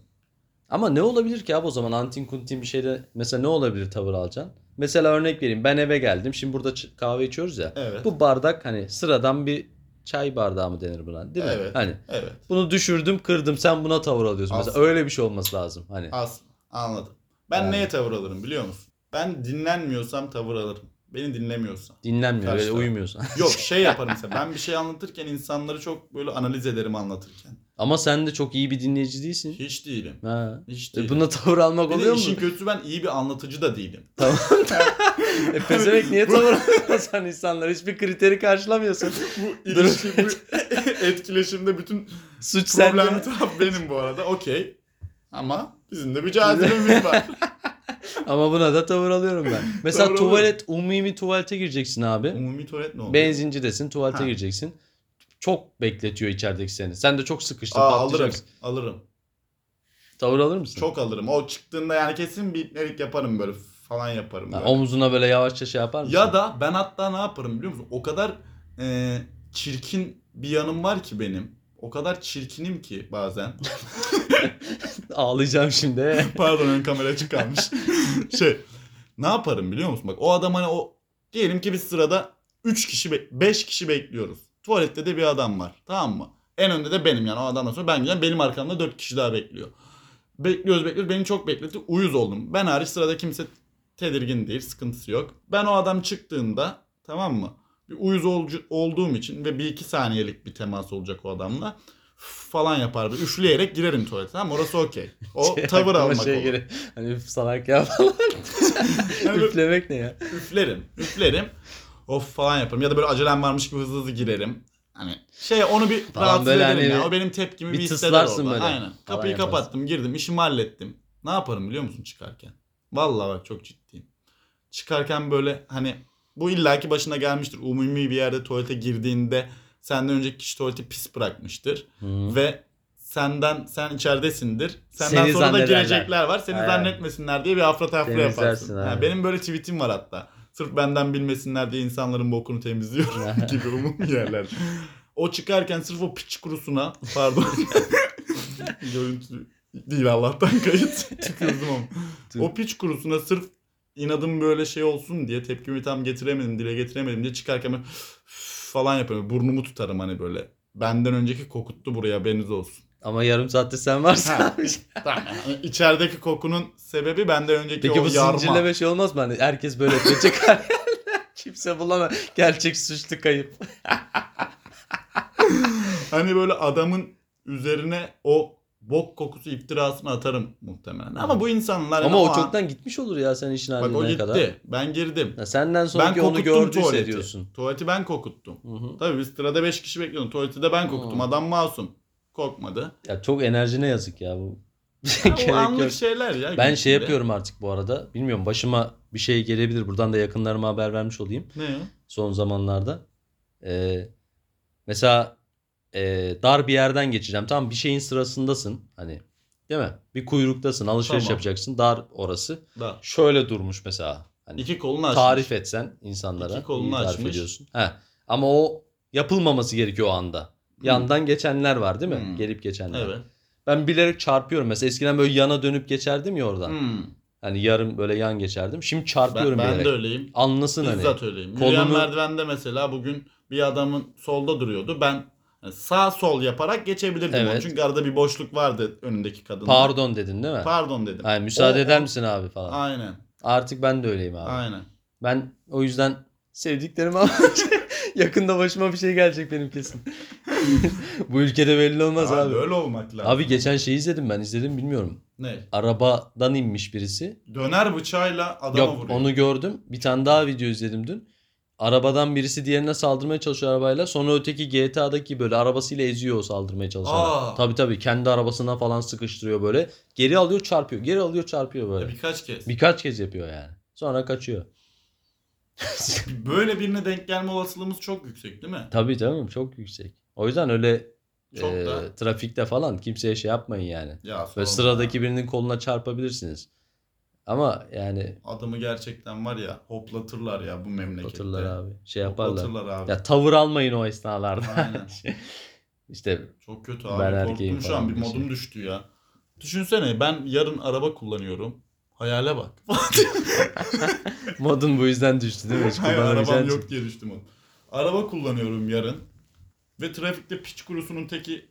S2: Ama ne olabilir ki abi o zaman antin kuntin bir şeyde mesela ne olabilir tavır alacaksın? Mesela örnek vereyim ben eve geldim şimdi burada ç- kahve içiyoruz ya.
S1: evet.
S2: Bu bardak hani sıradan bir çay bardağı mı denir buna değil mi?
S1: Evet.
S2: Hani
S1: Evet.
S2: bunu düşürdüm kırdım sen buna tavır alıyorsun. Mesela
S1: Aslında.
S2: öyle bir şey olması lazım hani.
S1: Az. Anladım. Ben
S2: Yani.
S1: neye tavır alırım biliyor musun? Ben dinlenmiyorsam tavır alırım. Beni dinlemiyorsa.
S2: Dinlenmiyor
S1: Karşı
S2: öyle
S1: taraf.
S2: uyumuyorsun. [LAUGHS]
S1: Yok şey yaparım mesela. Ben bir şey anlatırken insanları çok böyle analiz ederim anlatırken.
S2: ama sen de çok iyi bir dinleyici değilsin.
S1: Hiç değilim.
S2: Ha.
S1: Hiç
S2: E
S1: değilim.
S2: buna tavır almak
S1: bir de
S2: oluyor mu?
S1: işin kötüsü ben iyi bir anlatıcı da değilim.
S2: Tamam. e
S1: [LAUGHS]
S2: pezevenk niye tavır alıyorsun sen insanlar? Hiçbir kriteri karşılamıyorsun.
S1: [LAUGHS] bu
S2: Dur.
S1: ilişki, bu [LAUGHS] etkileşimde bütün
S2: Suç sende.
S1: problem taraf benim bu arada. Okey. Ama bizim de bir cazibemiz
S2: [LAUGHS]
S1: var.
S2: Ama buna da tavır alıyorum
S1: [LAUGHS]
S2: ben. Mesela
S1: Tavır
S2: tuvalet, umumi tuvalete gireceksin abi.
S1: Umumi tuvalet ne oluyor?
S2: Benzincidesin, tuvalete
S1: Ha.
S2: gireceksin. Çok bekletiyor içerideki seni. Sen de çok sıkıştın,
S1: Aa, alırım.
S2: patlayacaksın.
S1: Alırım.
S2: Tavır alır mısın?
S1: Çok alırım. O çıktığında yani kesin bir ipnelik yaparım böyle falan yaparım.
S2: Ha,
S1: böyle.
S2: omzuna böyle yavaşça şey yapar mısın?
S1: Ya da ben hatta ne yaparım biliyor musun? O kadar e, çirkin bir yanım var ki benim. O kadar çirkinim ki bazen. [LAUGHS]
S2: Ağlayacağım şimdi.
S1: Pardon ön kamera açık kalmış. şey ne yaparım biliyor musun? Bak o adam hani o diyelim ki biz sırada 3 kişi 5 kişi bekliyoruz. Tuvalette de bir adam var. Tamam mı? En önde de benim yani o adamdan sonra ben gideceğim. Benim arkamda 4 kişi daha bekliyor. Bekliyoruz bekliyoruz. Beni çok bekletti. Uyuz oldum. Ben hariç sırada kimse tedirgin değil. Sıkıntısı yok. Ben o adam çıktığında tamam mı? Bir uyuz olcu- olduğum için ve bir iki saniyelik bir temas olacak o adamla "Üf" falan yapardı. Üfleyerek girerim tuvalete. Tamam orası okey. [LAUGHS] O tavır
S2: Aklıma
S1: almak
S2: [LAUGHS] şey
S1: olur.
S2: geliyor. Hani üf salak ya falan.
S1: Yani böyle
S2: Üflemek ne ya?
S1: üflerim, üflerim. Of falan yaparım. Ya da böyle acelem varmış gibi hızlı hızlı girerim. Hani şey onu bir
S2: Falan
S1: rahatsız
S2: böyle
S1: ederim
S2: hani
S1: ya.
S2: bir-
S1: O benim tepkimi
S2: bir
S1: bir, hisseder
S2: tıslarsın
S1: orada.
S2: böyle.
S1: Aynen. Kapıyı
S2: yaparsın.
S1: kapattım, girdim, işimi hallettim. Ne yaparım biliyor musun çıkarken? Vallahi bak çok ciddiyim. Çıkarken böyle hani bu illaki başına gelmiştir. Umumi bir yerde tuvalete girdiğinde senden önceki kişi tuvaleti pis bırakmıştır
S2: Hı.
S1: ve senden sen içeridesindir. Senden
S2: Seni
S1: sonra da
S2: zannederler.
S1: girecekler var. Seni
S2: Aynen.
S1: zannetmesinler diye bir afra tafra
S2: Seni
S1: yaparsın.
S2: izlersin,
S1: Ha,
S2: aynen.
S1: benim böyle tweetim var hatta. Sırf benden bilmesinler diye insanların bokunu
S2: [LAUGHS]
S1: temizliyorum gibi umum yerler. O çıkarken sırf o piç kurusuna
S2: [LAUGHS]
S1: pardon. Görüntü değil Allah'tan kayıt.
S2: [LAUGHS]
S1: Tükürdüm ama. O piç kurusuna sırf inadım böyle şey olsun diye tepkimi tam getiremedim dile getiremedim diye çıkarken böyle falan yaparım. Burnumu tutarım hani böyle. Benden önceki kokuttu buraya haberiniz olsun.
S2: Ama yarım saatte sen varsın.
S1: Ha, tamam. Yani içerideki kokunun sebebi benden önceki
S2: Peki
S1: o
S2: bu
S1: yarma.
S2: zincirleme şey olmaz mı? Hani herkes böyle etmeye [LAUGHS] çıkar. Kimse bulamaz. Gerçek suçlu kayıp.
S1: Hani böyle adamın üzerine o bok kokusu iftirasını atarım muhtemelen. Ama bu insanlar
S2: Ama
S1: yani
S2: o
S1: an-
S2: çoktan gitmiş olur ya sen işin
S1: Bak o
S2: halinden
S1: gitti.
S2: kadar.
S1: Ben girdim.
S2: Ya senden
S1: Ben
S2: sonraki onu
S1: kokuttum
S2: gördüyse
S1: tuvaleti.
S2: diyorsun.
S1: Tuvaleti ben kokuttum.
S2: Hı hı.
S1: Tabii biz sırada 5 kişi bekliyorduk. Tuvaleti de ben kokuttum.
S2: Hmm.
S1: Adam masum.
S2: [LAUGHS]
S1: Korkmadı.
S2: Ya çok enerjine yazık ya bu. [LAUGHS]
S1: Ya
S2: Gerek
S1: o anlık
S2: yok.
S1: şeyler ya.
S2: Ben
S1: gün
S2: şey
S1: içinde.
S2: yapıyorum artık bu arada. Bilmiyorum başıma bir şey gelebilir. Buradan da yakınlarıma haber vermiş olayım.
S1: Ne?
S2: Son zamanlarda. Ee, mesela ee, dar bir yerden geçeceğim. Tam bir şeyin sırasındasın. Hani değil mi? Bir kuyruktasın. Alışveriş
S1: Tamam.
S2: yapacaksın. Dar orası.
S1: Da.
S2: şöyle durmuş mesela. Hani
S1: İki kolunu açmış.
S2: tarif etsen insanlara.
S1: İki kolunu
S2: iyi tarif
S1: açmış.
S2: ediyorsun. He. Ama o yapılmaması gerekiyor o anda.
S1: Hı.
S2: Yandan geçenler var değil mi?
S1: Hmm.
S2: Gelip geçenler.
S1: Evet.
S2: Ben bilerek çarpıyorum. Mesela eskiden böyle yana dönüp geçerdim ya oradan.
S1: Hmm.
S2: Hani yarım böyle yan geçerdim. Şimdi
S1: Ben,
S2: çarpıyorum
S1: ben
S2: bilerek.
S1: de öyleyim.
S2: Anlasın hani.
S1: Bizzat öyleyim. Yürüyen
S2: Kolunu-
S1: merdivende mesela bugün bir adamın solda duruyordu. Ben yani sağ sol yaparak geçebilirdim. onu.
S2: Evet.
S1: Çünkü arada bir boşluk vardı önündeki kadın.
S2: Pardon dedin değil mi?
S1: Pardon dedim.
S2: Hani müsaade
S1: O-
S2: eder
S1: o-
S2: misin abi falan.
S1: Aynen.
S2: Artık ben de öyleyim abi.
S1: Aynen.
S2: Ben o yüzden sevdiklerimi ama [LAUGHS] yakında başıma bir şey gelecek benim kesin. [LAUGHS] Bu ülkede belli olmaz
S1: Abi,
S2: abi.
S1: Öyle olmak lazım.
S2: Abi geçen şeyi izledim ben izledim bilmiyorum.
S1: Ne?
S2: Arabadan inmiş birisi.
S1: Döner bıçağıyla adama
S2: Yok
S1: vuruyor.
S2: onu gördüm. Bir tane daha video izledim dün. arabadan birisi diğerine saldırmaya çalışıyor arabayla. Sonra öteki GTA'daki böyle arabasıyla eziyor o saldırmaya çalışan.
S1: Aa.
S2: Tabii tabii kendi arabasına falan sıkıştırıyor böyle. Geri alıyor çarpıyor. Geri alıyor çarpıyor böyle.
S1: Birkaç kez.
S2: Birkaç kez yapıyor yani. Sonra kaçıyor.
S1: Böyle birine denk gelme olasılığımız çok yüksek değil mi?
S2: Tabii canım çok yüksek. O yüzden öyle
S1: Çok
S2: e,
S1: da.
S2: trafikte falan kimseye şey yapmayın yani.
S1: Ya
S2: Böyle
S1: sorma.
S2: sıradaki birinin koluna çarpabilirsiniz. Ama yani
S1: Adamı gerçekten var ya hoplatırlar ya bu memlekette.
S2: batırlar abi. Şey yaparlar.
S1: Hoplatırlar abi.
S2: Ya tavır almayın o esnalarda. [LAUGHS]
S1: Aynen.
S2: işte
S1: Çok kötü
S2: Ben
S1: abi.
S2: erkeğim
S1: Korktum şu an
S2: falan
S1: bir
S2: bir şey.
S1: modum düştü ya. Düşünsene ben yarın araba kullanıyorum. Hayale
S2: [LAUGHS]
S1: bak.
S2: modun bu yüzden düştü değil mi? Hiç
S1: Hayır
S2: kullanamayacağın
S1: arabam
S2: için.
S1: yok diye düştüm oğlum. Araba kullanıyorum yarın. Ve trafikte piç kurusunun teki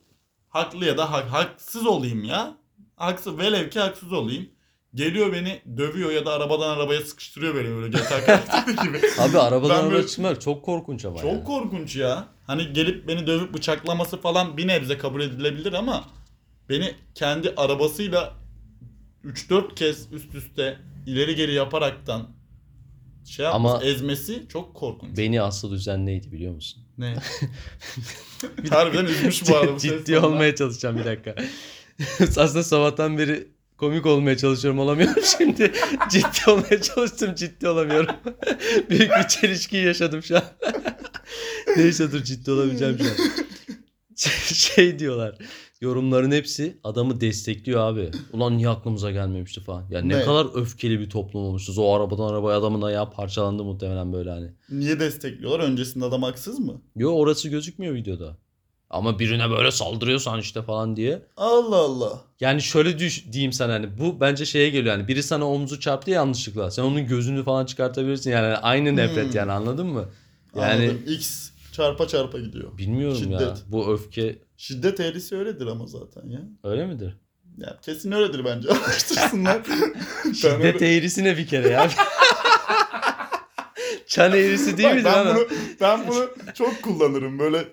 S1: haklı ya da hak- haksız olayım ya. Haksız, velev ki haksız olayım. Geliyor beni dövüyor ya da arabadan arabaya sıkıştırıyor beni böyle GTA karakteri [LAUGHS] gibi.
S2: Abi arabadan
S1: Ben
S2: araba
S1: böyle-
S2: çıkmak çok korkunç ama yani.
S1: Çok korkunç ya. Hani gelip beni dövüp bıçaklaması falan bir nebze kabul edilebilir ama beni kendi arabasıyla 3-4 kez üst üste ileri geri yaparaktan şey
S2: Ama-
S1: yapması, ezmesi çok korkunç.
S2: Beni asıl üzen neydi biliyor musun? [LAUGHS]
S1: Ne? [LAUGHS] Harbiden üzmüş bu adam.
S2: Ciddi olmaya çalışacağım bir dakika. [LAUGHS] Aslında sabahtan beri komik olmaya çalışıyorum olamıyorum [LAUGHS] şimdi. ciddi olmaya çalıştım ciddi olamıyorum. [LAUGHS] Büyük bir çelişki yaşadım şu an. [LAUGHS] Neyse dur ciddi olabileceğim şu an. şey diyorlar. Yorumların hepsi adamı destekliyor abi. Ulan niye aklımıza gelmemişti falan. Ya ne,
S1: Ne?
S2: kadar öfkeli bir toplum olmuşuz. O arabadan arabaya adamın ayağı parçalandı muhtemelen böyle hani.
S1: Niye destekliyorlar? Öncesinde adam haksız mı?
S2: Yo orası gözükmüyor videoda. Ama birine böyle saldırıyorsan işte falan diye.
S1: Allah Allah.
S2: Yani şöyle düş diyeyim sana hani bu bence şeye geliyor yani biri sana omuzu çarptı yanlışlıkla. Sen onun gözünü falan çıkartabilirsin yani aynı nefret
S1: Hmm.
S2: yani anladın mı? Yani
S1: Yani X çarpa çarpa gidiyor.
S2: bilmiyorum ya
S1: Şiddet.
S2: bu öfke
S1: Şiddet ehlisi öyledir ama zaten ya.
S2: öyle midir?
S1: Ya kesin öyledir bence. [LAUGHS] Araştırsınlar. Ben öyle-
S2: Şiddet eğrisine bir
S1: [LAUGHS]
S2: kere ya. Çan eğrisi [LAUGHS] değil
S1: Bak,
S2: midir
S1: ben
S2: lan?
S1: bunu, ben bunu çok kullanırım. Böyle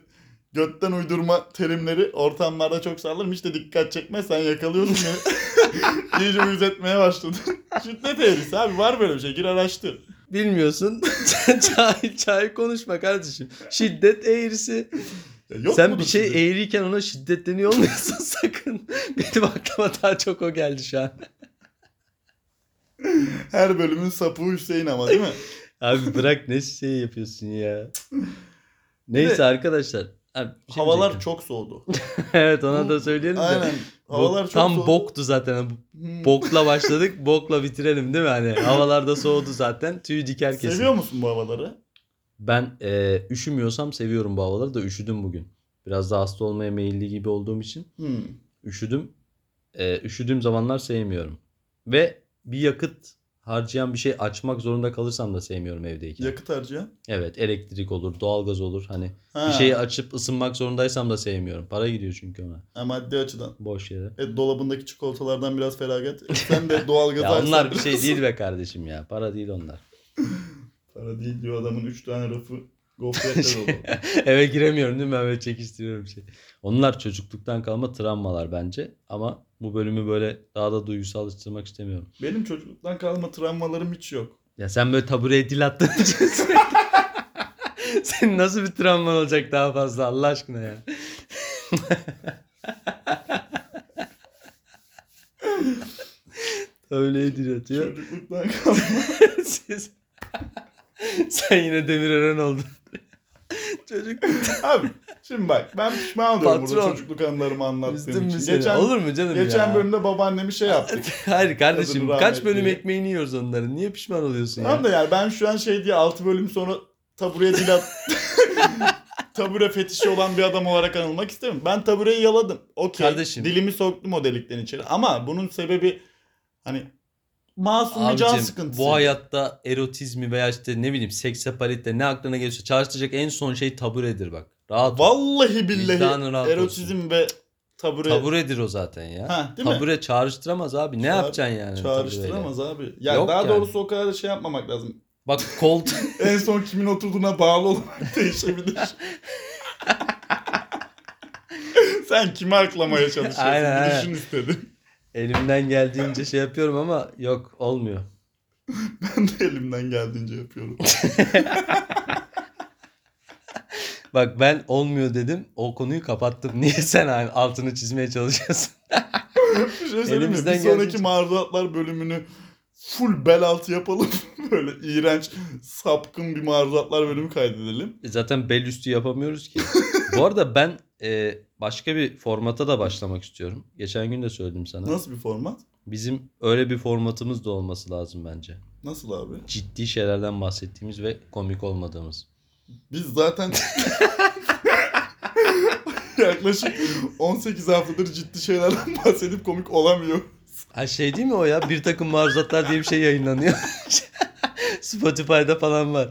S1: götten uydurma terimleri ortamlarda çok sallarım. Hiç de dikkat çekme. Sen yakalıyorsun
S2: [LAUGHS]
S1: beni. İyice uyuz etmeye başladın. Şiddet eğrisi abi. Var böyle bir şey. Gir araştır.
S2: Bilmiyorsun. [LAUGHS] Çay, çay konuşma kardeşim. Şiddet eğrisi.
S1: Ya yok
S2: Sen
S1: mudur
S2: bir şey
S1: şiddet?
S2: eğriyken ona şiddetleniyor olmuyorsun [LAUGHS] sakın. Benim aklıma daha çok o geldi şu an.
S1: Her bölümün sapı Hüseyin ama değil
S2: şey
S1: mi?
S2: Abi bırak ne şey yapıyorsun ya. Neyse
S1: Bir de-
S2: arkadaşlar. Abi, bir şey
S1: Havalar
S2: diyecektim.
S1: çok soğudu.
S2: [LAUGHS] evet ona da söyleyelim de.
S1: Aynen.
S2: Bu
S1: Havalar çok
S2: Tam
S1: soğudu.
S2: boktu zaten.
S1: Hmm. [LAUGHS]
S2: Bokla başladık, bokla bitirelim değil mi? Hani havalar da soğudu zaten. Tüy diker kesin.
S1: Seviyor musun bu havaları?
S2: Ben e, üşümüyorsam seviyorum bu havaları da üşüdüm bugün. Biraz daha hasta olmaya meyilli gibi olduğum için.
S1: Hmm.
S2: üşüdüm. Ee, üşüdüğüm zamanlar sevmiyorum. Ve bir yakıt harcayan bir şey açmak zorunda kalırsam da sevmiyorum evdeyken.
S1: Yakıt harcayan.
S2: evet elektrik olur, doğalgaz olur. Hani
S1: Ha.
S2: bir şeyi açıp ısınmak zorundaysam da sevmiyorum. Para gidiyor çünkü ona.
S1: ha, maddi açıdan.
S2: Boş yere.
S1: E, dolabındaki çikolatalardan biraz feragat. Sen
S2: [LAUGHS]
S1: de doğalgaz
S2: Ya
S1: açsan
S2: onlar bir şey
S1: biraz.
S2: değil be kardeşim ya. Para değil onlar. [LAUGHS]
S1: Para değil diyor adamın 3 tane rafı gofretler oldu.
S2: [LAUGHS] Eve giremiyorum değil mi? Evet çekiştiriyorum şey. Onlar çocukluktan kalma travmalar bence. Ama bu bölümü böyle daha da duygusallaştırmak istemiyorum.
S1: Benim çocukluktan kalma travmalarım hiç yok.
S2: Ya sen böyle tabureye dil attığın için [LAUGHS] Senin nasıl bir travman olacak daha fazla Allah aşkına ya. [LAUGHS] Öyle dil atıyor.
S1: Çocukluktan kalma. [LAUGHS]
S2: Siz... sen yine Demirören oldun. Çocuk
S1: Abi şimdi bak ben pişman oluyorum burada
S2: Patron,
S1: çocukluk anılarımı
S2: üzdün
S1: anlattığım
S2: mü
S1: için.
S2: seni?
S1: Geçen,
S2: Olur mu canım
S1: geçen
S2: ya?
S1: bölümde babaannemi şey yaptık.
S2: [LAUGHS] Hayır kardeşim
S1: Kadını
S2: kaç bölüm
S1: rahmetliyle.
S2: ekmeğini yiyoruz onların? Niye pişman oluyorsun ya?
S1: Tamam da yani ben şu an şey diye 6 bölüm sonra tabureye dil at...
S2: [LAUGHS]
S1: tabure fetişi olan bir adam olarak anılmak istemiyorum. Ben tabureyi yaladım. Okey.
S2: Kardeşim.
S1: Dilimi soktum o delikten içeri. Ama bunun sebebi hani masum bir can
S2: Abicim,
S1: sıkıntısı.
S2: bu hayatta erotizmi veya işte ne bileyim seksapalitle ne aklına geliyorsa çağrıştıracak en son şey taburedir bak. Rahat ol.
S1: Vallahi
S2: Vicdanın rahat
S1: billahi erotizm ve tabure,
S2: Taburedir o zaten ya.
S1: Ha, değil mi?
S2: Tabure çağrıştıramaz abi. Ne
S1: Çağır-
S2: yapacaksın yani? tabureyle?
S1: çağrıştıramaz abi. Ya
S2: Yok
S1: daha
S2: yani.
S1: doğrusu o kadar da şey yapmamak lazım.
S2: Bak kol
S1: en son kimin oturduğuna bağlı olarak [LAUGHS]
S2: [LAUGHS]
S1: değişebilir. Sen kimi aklamaya çalışıyorsun?
S2: Aynen,
S1: Bir
S2: aynen.
S1: Düşün istedim. [LAUGHS]
S2: elimden geldiğince şey yapıyorum ama yok olmuyor. [LAUGHS]
S1: Ben de elimden geldiğince yapıyorum.
S2: Bak ben olmuyor dedim. O konuyu kapattım. [LAUGHS] Niye sen aynı altını çizmeye çalışıyorsun?
S1: Bir şey söyleyeyim mi? Bir
S2: Elimizden
S1: sonraki
S2: geldiğince-
S1: maruzatlar bölümünü full bel altı yapalım. [LAUGHS] Böyle iğrenç, sapkın bir maruzatlar bölümü kaydedelim.
S2: E Zaten bel üstü yapamıyoruz ki. [LAUGHS] Bu arada ben e, başka bir formata da başlamak istiyorum. Geçen gün de söyledim sana.
S1: Nasıl bir format?
S2: Bizim öyle bir formatımız da olması lazım bence.
S1: Nasıl abi?
S2: Ciddi şeylerden bahsettiğimiz ve komik olmadığımız.
S1: Biz
S2: [LAUGHS]
S1: zaten yaklaşık 18 haftadır ciddi şeylerden [LAUGHS] bahsedip komik olamıyor.
S2: Ha şey değil mi o ya? Bir takım maruzatlar diye bir şey yayınlanıyor. [LAUGHS] Spotify'da falan var.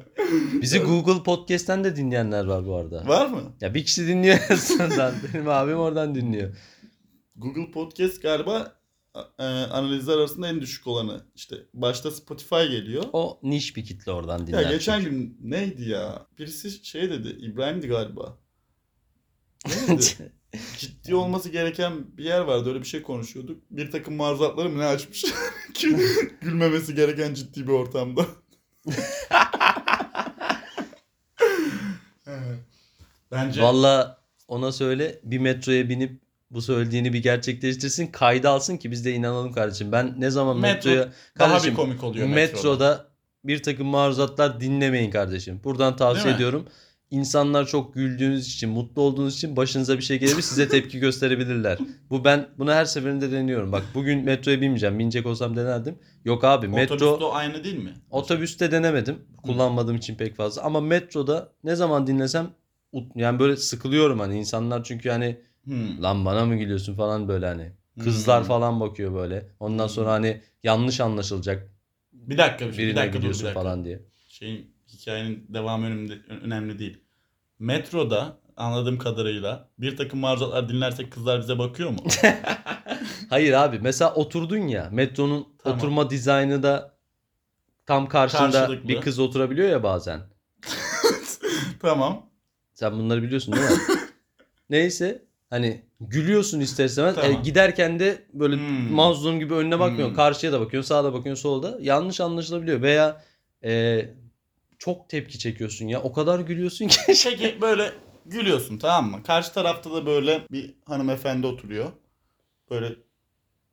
S2: Bizi Google Podcast'ten de dinleyenler var bu arada.
S1: Var mı?
S2: Ya bir kişi dinliyor aslında. Benim abim oradan dinliyor.
S1: Google Podcast galiba e, analizler arasında en düşük olanı. İşte başta Spotify geliyor.
S2: O niş bir kitle oradan
S1: Ya
S2: dinler.
S1: geçen
S2: [LAUGHS]
S1: gün neydi ya? Birisi şey dedi, İbrahim'di
S2: [LAUGHS]
S1: galiba. Neydi?
S2: çünkü.
S1: Ciddi olması gereken bir yer vardı. Öyle bir şey konuşuyorduk. Bir takım maruzatları mı ne açmış? [LAUGHS] Ki Gülmemesi gereken ciddi bir ortamda. Evet. Bence
S2: Valla ona söyle bir metroya binip bu söylediğini bir gerçekleştirsin. Kayda alsın ki biz de inanalım kardeşim. Ben ne zaman
S1: Metro-
S2: metroya...
S1: daha
S2: Kardeşim,
S1: bir komik oluyor metroda.
S2: Metroda bir takım maruzatlar dinlemeyin kardeşim. Buradan
S1: Değil
S2: tavsiye
S1: mi?
S2: ediyorum. İnsanlar çok güldüğünüz için, mutlu olduğunuz için başınıza bir şey gelebilir, size tepki [LAUGHS] gösterebilirler. Bu ben bunu her seferinde deniyorum. Bak bugün metroya binmeyeceğim. Binecek olsam denerdim. Yok abi metro
S1: Otobüste o aynı değil mi?
S2: otobüste denemedim. Kullanmadığım için pek fazla ama metroda ne zaman dinlesem ut- yani böyle sıkılıyorum hani insanlar çünkü hani
S1: Hmm.
S2: lan bana mı gülüyorsun falan böyle hani.
S1: Hmm.
S2: Kızlar falan bakıyor böyle. Ondan
S1: Hmm.
S2: sonra hani yanlış anlaşılacak
S1: Bir dakika bir,
S2: birine
S1: dakika dur, bir
S2: gidiyorsun
S1: dakika.
S2: falan diye.
S1: Şeyin hikayenin devamı önemli, önemli değil. Metroda anladığım kadarıyla bir takım maruzatlar dinlersek kızlar bize bakıyor
S2: [LAUGHS]
S1: mu?
S2: Hayır abi mesela oturdun ya metronun
S1: Tamam.
S2: oturma dizaynı da tam karşında
S1: Karşılıklı.
S2: bir kız oturabiliyor ya bazen.
S1: tamam.
S2: Sen bunları biliyorsun
S1: [LAUGHS]
S2: değil mi? Neyse hani gülüyorsun ister istemez. E,
S1: Tamam.
S2: giderken de böyle
S1: Hmm.
S2: mazlum gibi önüne bakmıyorsun.
S1: Hmm.
S2: Karşıya da bakıyorsun, sağa da bakıyorsun, solda. Yanlış anlaşılabiliyor veya e, çok tepki çekiyorsun ya. O kadar gülüyorsun ki. [LAUGHS]
S1: Şekil böyle gülüyorsun tamam mı? Karşı tarafta da böyle bir hanımefendi oturuyor. Böyle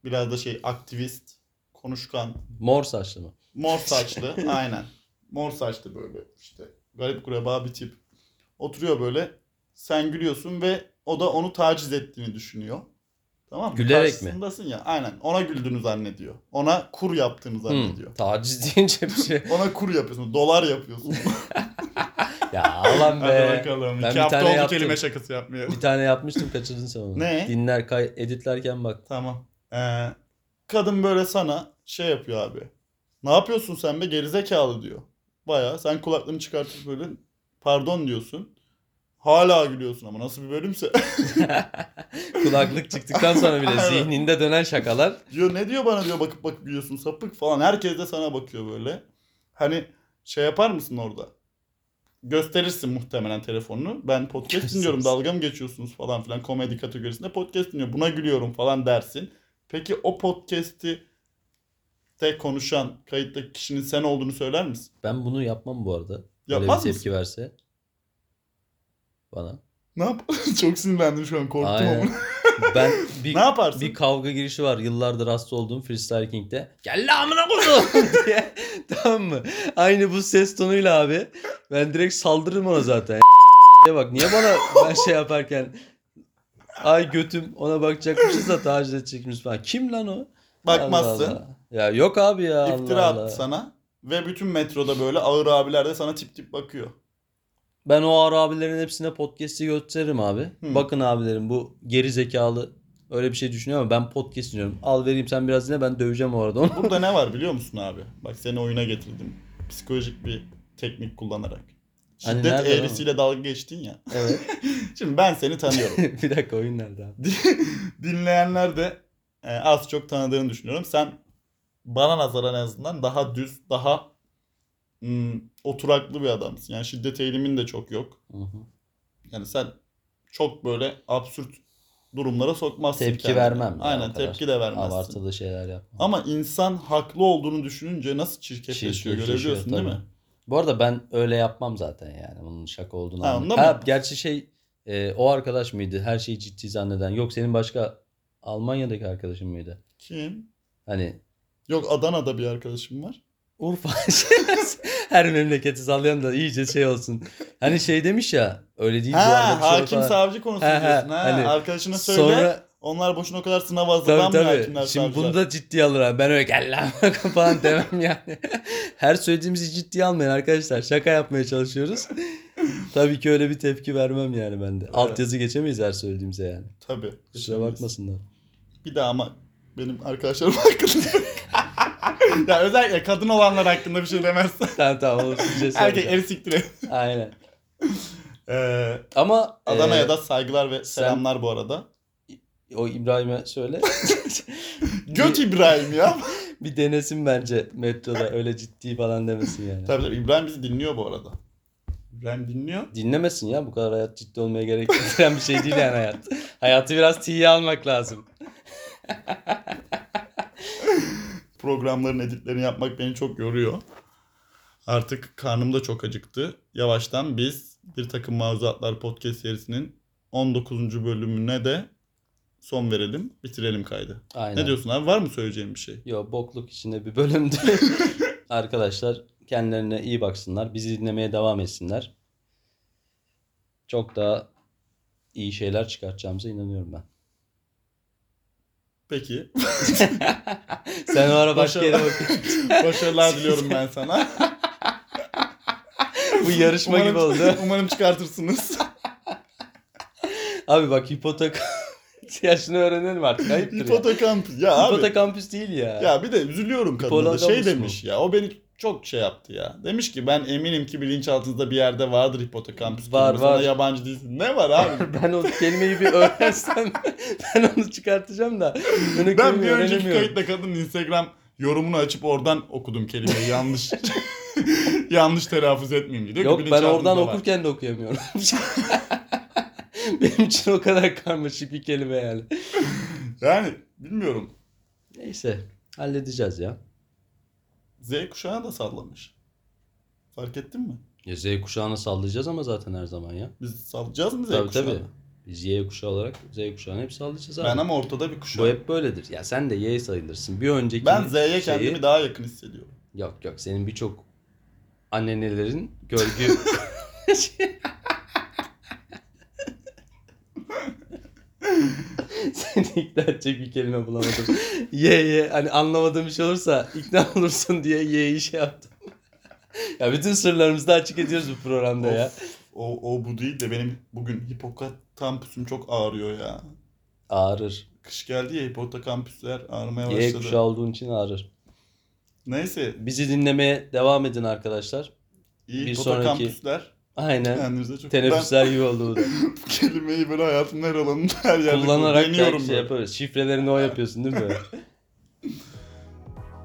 S1: biraz da şey aktivist, konuşkan,
S2: Mor saçlı mı?
S1: mor
S2: [LAUGHS]
S1: saçlı aynen. Mor saçlı böyle işte garip kureba bir tip. Oturuyor böyle sen gülüyorsun ve o da onu taciz ettiğini düşünüyor. Tamam mı?
S2: Gülerek mi?
S1: Karşısındasın ya aynen ona güldüğünü zannediyor. Ona kur yaptığını
S2: Hmm,
S1: zannediyor.
S2: taciz deyince bir şey.
S1: Ona kur yapıyorsun, dolar yapıyorsun.
S2: ya lan
S1: [LAUGHS] Hadi
S2: be.
S1: bakalım.
S2: ben
S1: İki
S2: bir
S1: hafta
S2: tane
S1: oldu
S2: yaptım.
S1: kelime şakası yapmayalım.
S2: Bir tane yapmıştım kaçırdın sen onu.
S1: Ne?
S2: Dinler kay editlerken bak. [LAUGHS]
S1: Tamam. Ee, kadın böyle sana şey yapıyor abi. Ne yapıyorsun sen be gerizekalı diyor. Baya sen kulaklığını çıkartıp böyle pardon diyorsun. Hala gülüyorsun ama nasıl bir bölümse.
S2: Kulaklık çıktıktan
S1: [LAUGHS]
S2: sonra bile
S1: Aynen.
S2: zihninde dönen şakalar.
S1: diyor ne diyor bana diyor bakıp bakıp gülüyorsun sapık falan. Herkes de sana bakıyor böyle. Hani şey yapar mısın orada? Gösterirsin muhtemelen telefonunu. Ben podcast dinliyorum dalga mı geçiyorsunuz falan filan komedi kategorisinde podcast dinliyorum. Buna gülüyorum falan dersin. Peki o podcast'i de konuşan kayıttaki kişinin sen olduğunu söyler misin?
S2: Ben bunu yapmam bu arada. Böyle bir
S1: Yapmaz
S2: tepki
S1: mısın?
S2: verse bana.
S1: Ne yap? [LAUGHS] Çok sinirlendim şu an korktum
S2: Aynen.
S1: ama.
S2: Ben
S1: [LAUGHS]
S2: bir
S1: ne yaparsın?
S2: bir kavga girişi var. Yıllardır hasta olduğum Freestyle King'de. Gel la amına koydum [LAUGHS] diye. tamam mı? Aynı bu ses tonuyla abi. Ben direkt saldırırım ona zaten. [LAUGHS] Ya bak niye bana ben şey yaparken ay götüm ona bakacakmışız da taciz edecekmiş falan. Kim lan o?
S1: Bakmazsın.
S2: Allah Allah. Ya yok abi ya. Allah
S1: İftira
S2: Allah.
S1: attı sana. Ve bütün metroda böyle ağır abiler de sana tip tip bakıyor.
S2: Ben o ağır abilerin hepsine podcast'i gösteririm abi.
S1: Hı.
S2: Bakın abilerim bu geri zekalı öyle bir şey düşünüyor ama ben podcast dinliyorum. Al vereyim sen biraz dinle ben döveceğim o arada onu.
S1: Burada ne var biliyor musun abi? Bak seni oyuna getirdim. Psikolojik bir teknik kullanarak.
S2: Hani
S1: Şiddet
S2: nerede
S1: eğrisiyle dalga geçtin ya. [LAUGHS]
S2: Evet.
S1: Şimdi ben seni [LAUGHS]
S2: [LAUGHS]
S1: tanıyorum.
S2: bir dakika oyun nerede abi?
S1: Dinleyenler de e, az çok tanıdığını düşünüyorum. Sen bana nazaran en azından daha düz, daha hmm, oturaklı bir adamsın. Yani şiddet eğilimin de çok yok. Yani sen çok böyle absürt durumlara sokmazsın
S2: Tepki
S1: kendini.
S2: vermem ya, o
S1: Aynen
S2: kadar.
S1: tepki de vermezsin.
S2: Abartılı şeyler yapma.
S1: Ama insan haklı olduğunu düşününce nasıl çirkefleşiyor
S2: Çirkefleşiyor,
S1: görebiliyorsun değil
S2: tabii.
S1: mi?
S2: Bu arada ben öyle yapmam zaten yani. Bunun şaka olduğunu
S1: Ha,
S2: anladım.
S1: ondan
S2: Ha,
S1: mı?
S2: gerçi şey e, o arkadaş mıydı? Her şeyi ciddi zanneden. Yok senin başka Almanya'daki arkadaşın mıydı?
S1: Kim?
S2: Hani
S1: Yok Adana'da bir arkadaşım var.
S2: Urfa [LAUGHS] her memleketi sallayan da iyice şey olsun. Hani şey demiş ya öyle değil. bu arada
S1: Ha
S2: bir şey
S1: hakim
S2: falan.
S1: savcı konusu
S2: He, he,
S1: diyorsun. Ha,
S2: hani
S1: arkadaşına söyle.
S2: Sonra
S1: Onlar boşuna o kadar sınav
S2: Tabii
S1: hazırlanmıyor hakimler
S2: tabii. Şimdi
S1: savcılar.
S2: bunu da ciddiye alır abi. Ben öyle gel lan [LAUGHS] falan demem yani. Her söylediğimizi ciddiye almayın arkadaşlar. Şaka yapmaya çalışıyoruz. tabii ki öyle bir tepki vermem yani ben de. Altyazı geçemeyiz her söylediğimize yani.
S1: Tabii.
S2: Kusura bakmasınlar. [LAUGHS]
S1: Bir daha ama benim arkadaşlarım hakkında. [LAUGHS] ya özellikle kadın olanlar hakkında bir şey demezsen.
S2: tamam tamam olur. Sizce
S1: Erkek
S2: soracağım.
S1: el siktir.
S2: Aynen.
S1: Ee,
S2: Ama
S1: Adana'ya
S2: e,
S1: da saygılar ve selamlar bu arada.
S2: o İbrahim'e söyle. [LAUGHS]
S1: Göt İbrahim ya.
S2: bir denesin bence metroda öyle ciddi falan demesin yani.
S1: tabii tabii İbrahim bizi dinliyor bu arada. İbrahim dinliyor.
S2: Dinlemesin ya bu kadar hayat ciddi olmaya gerek [LAUGHS] gerektiren bir şey değil yani hayat. Hayatı biraz tiye almak lazım.
S1: Programların editlerini yapmak beni çok yoruyor. Artık karnım da çok acıktı. Yavaştan biz Bir Takım Mavzuatlar podcast serisinin 19. bölümüne de son verelim. Bitirelim kaydı.
S2: Aynen.
S1: Ne diyorsun abi? Var mı söyleyeceğim bir şey?
S2: Yo bokluk içinde bir bölümdü.
S1: [LAUGHS]
S2: Arkadaşlar kendilerine iyi baksınlar. Bizi dinlemeye devam etsinler. Çok daha iyi şeyler çıkartacağımıza inanıyorum ben. [LAUGHS]
S1: Peki.
S2: Sen o ara başka yere
S1: Başarılar.
S2: bak.
S1: Başarılar diliyorum ben sana.
S2: Bu yarışma gibi
S1: Umarım-
S2: oldu.
S1: Umarım
S2: [LAUGHS]
S1: çıkartırsınız.
S2: Abi bak hipotek yaşını [LAUGHS] öğrenelim artık. Ayıptır ya.
S1: Hipotekamp. Ya abi.
S2: Hipotekampüs değil ya.
S1: Ya bir de üzülüyorum kadına da.
S2: Hipolandamus
S1: Şey
S2: mu?
S1: demiş ya. O beni çok şey yaptı ya. Demiş ki ben eminim ki bilinçaltınızda bir yerde vardır hipotekamp.
S2: Var, var.
S1: Sana yabancı değilsin. Ne var
S2: [LAUGHS]
S1: abi?
S2: ben o kelimeyi bir öğrensem [LAUGHS] ben onu çıkartacağım da. Onu
S1: ben bir önceki
S2: kelimeyi öğrenemiyorum.
S1: kayıtta kadının Instagram yorumunu açıp oradan okudum kelimeyi. Yanlış. [LAUGHS] yanlış telaffuz etmeyeyim diye. Diyor ki,
S2: Yok ben
S1: bilinçaltınızda
S2: oradan
S1: var.
S2: okurken de okuyamıyorum. [LAUGHS] Benim için o kadar karmaşık bir kelime yani.
S1: Yani bilmiyorum.
S2: Neyse halledeceğiz ya.
S1: Z kuşağı da sallamış. Fark ettin mi?
S2: Ya Z kuşağını sallayacağız ama zaten her zaman ya.
S1: Biz sallayacağız mı Z
S2: tabii
S1: kuşağını?
S2: tabii. Biz Y kuşağı olarak Z kuşağını hep sallayacağız abi.
S1: Ben ama ortada bir
S2: Bu
S1: kuşağım.
S2: hep böyledir. Ya sen de Y sayılırsın. Bir önceki
S1: Ben Z'ye
S2: şeyi-
S1: kendimi daha yakın hissediyorum.
S2: Yok yok senin birçok annenelerin
S1: [LAUGHS]
S2: gölgü... Seni ikna edecek bir kelime bulamadım. Ye ye hani anlamadığım bir şey olursa ikna olursun diye ye'yi şey yaptım. ya bütün sırlarımızı da açık ediyoruz bu programda ya.
S1: Of, o, o bu değil de benim bugün hipokampüsüm çok ağrıyor ya.
S2: Ağrır.
S1: Kış geldi ya hipokampüsler ağrımaya
S2: Y
S1: başladı.
S2: kuşağı olduğun için ağrır.
S1: Neyse
S2: Bizi dinlemeye devam edin arkadaşlar.
S1: iyi
S2: Bir
S1: hipokampüsler
S2: Aynen.
S1: kendinize çok...
S2: Teneffüsler gibi oldu bu da.
S1: Ben bu kelimeyi böyle hayatımın her alanında her yerde
S2: kullanarak belki
S1: deniyorum
S2: şey
S1: böyle.
S2: yaparız. Şifrelerini
S1: [LAUGHS]
S2: o yapıyorsun değil mi? böyle?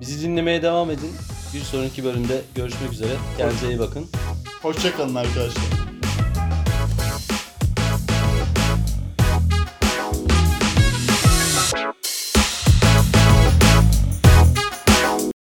S2: Bizi dinlemeye devam edin. Bir sonraki bölümde görüşmek üzere. Kendinize iyi bakın.
S1: Hoşçakalın arkadaşlar.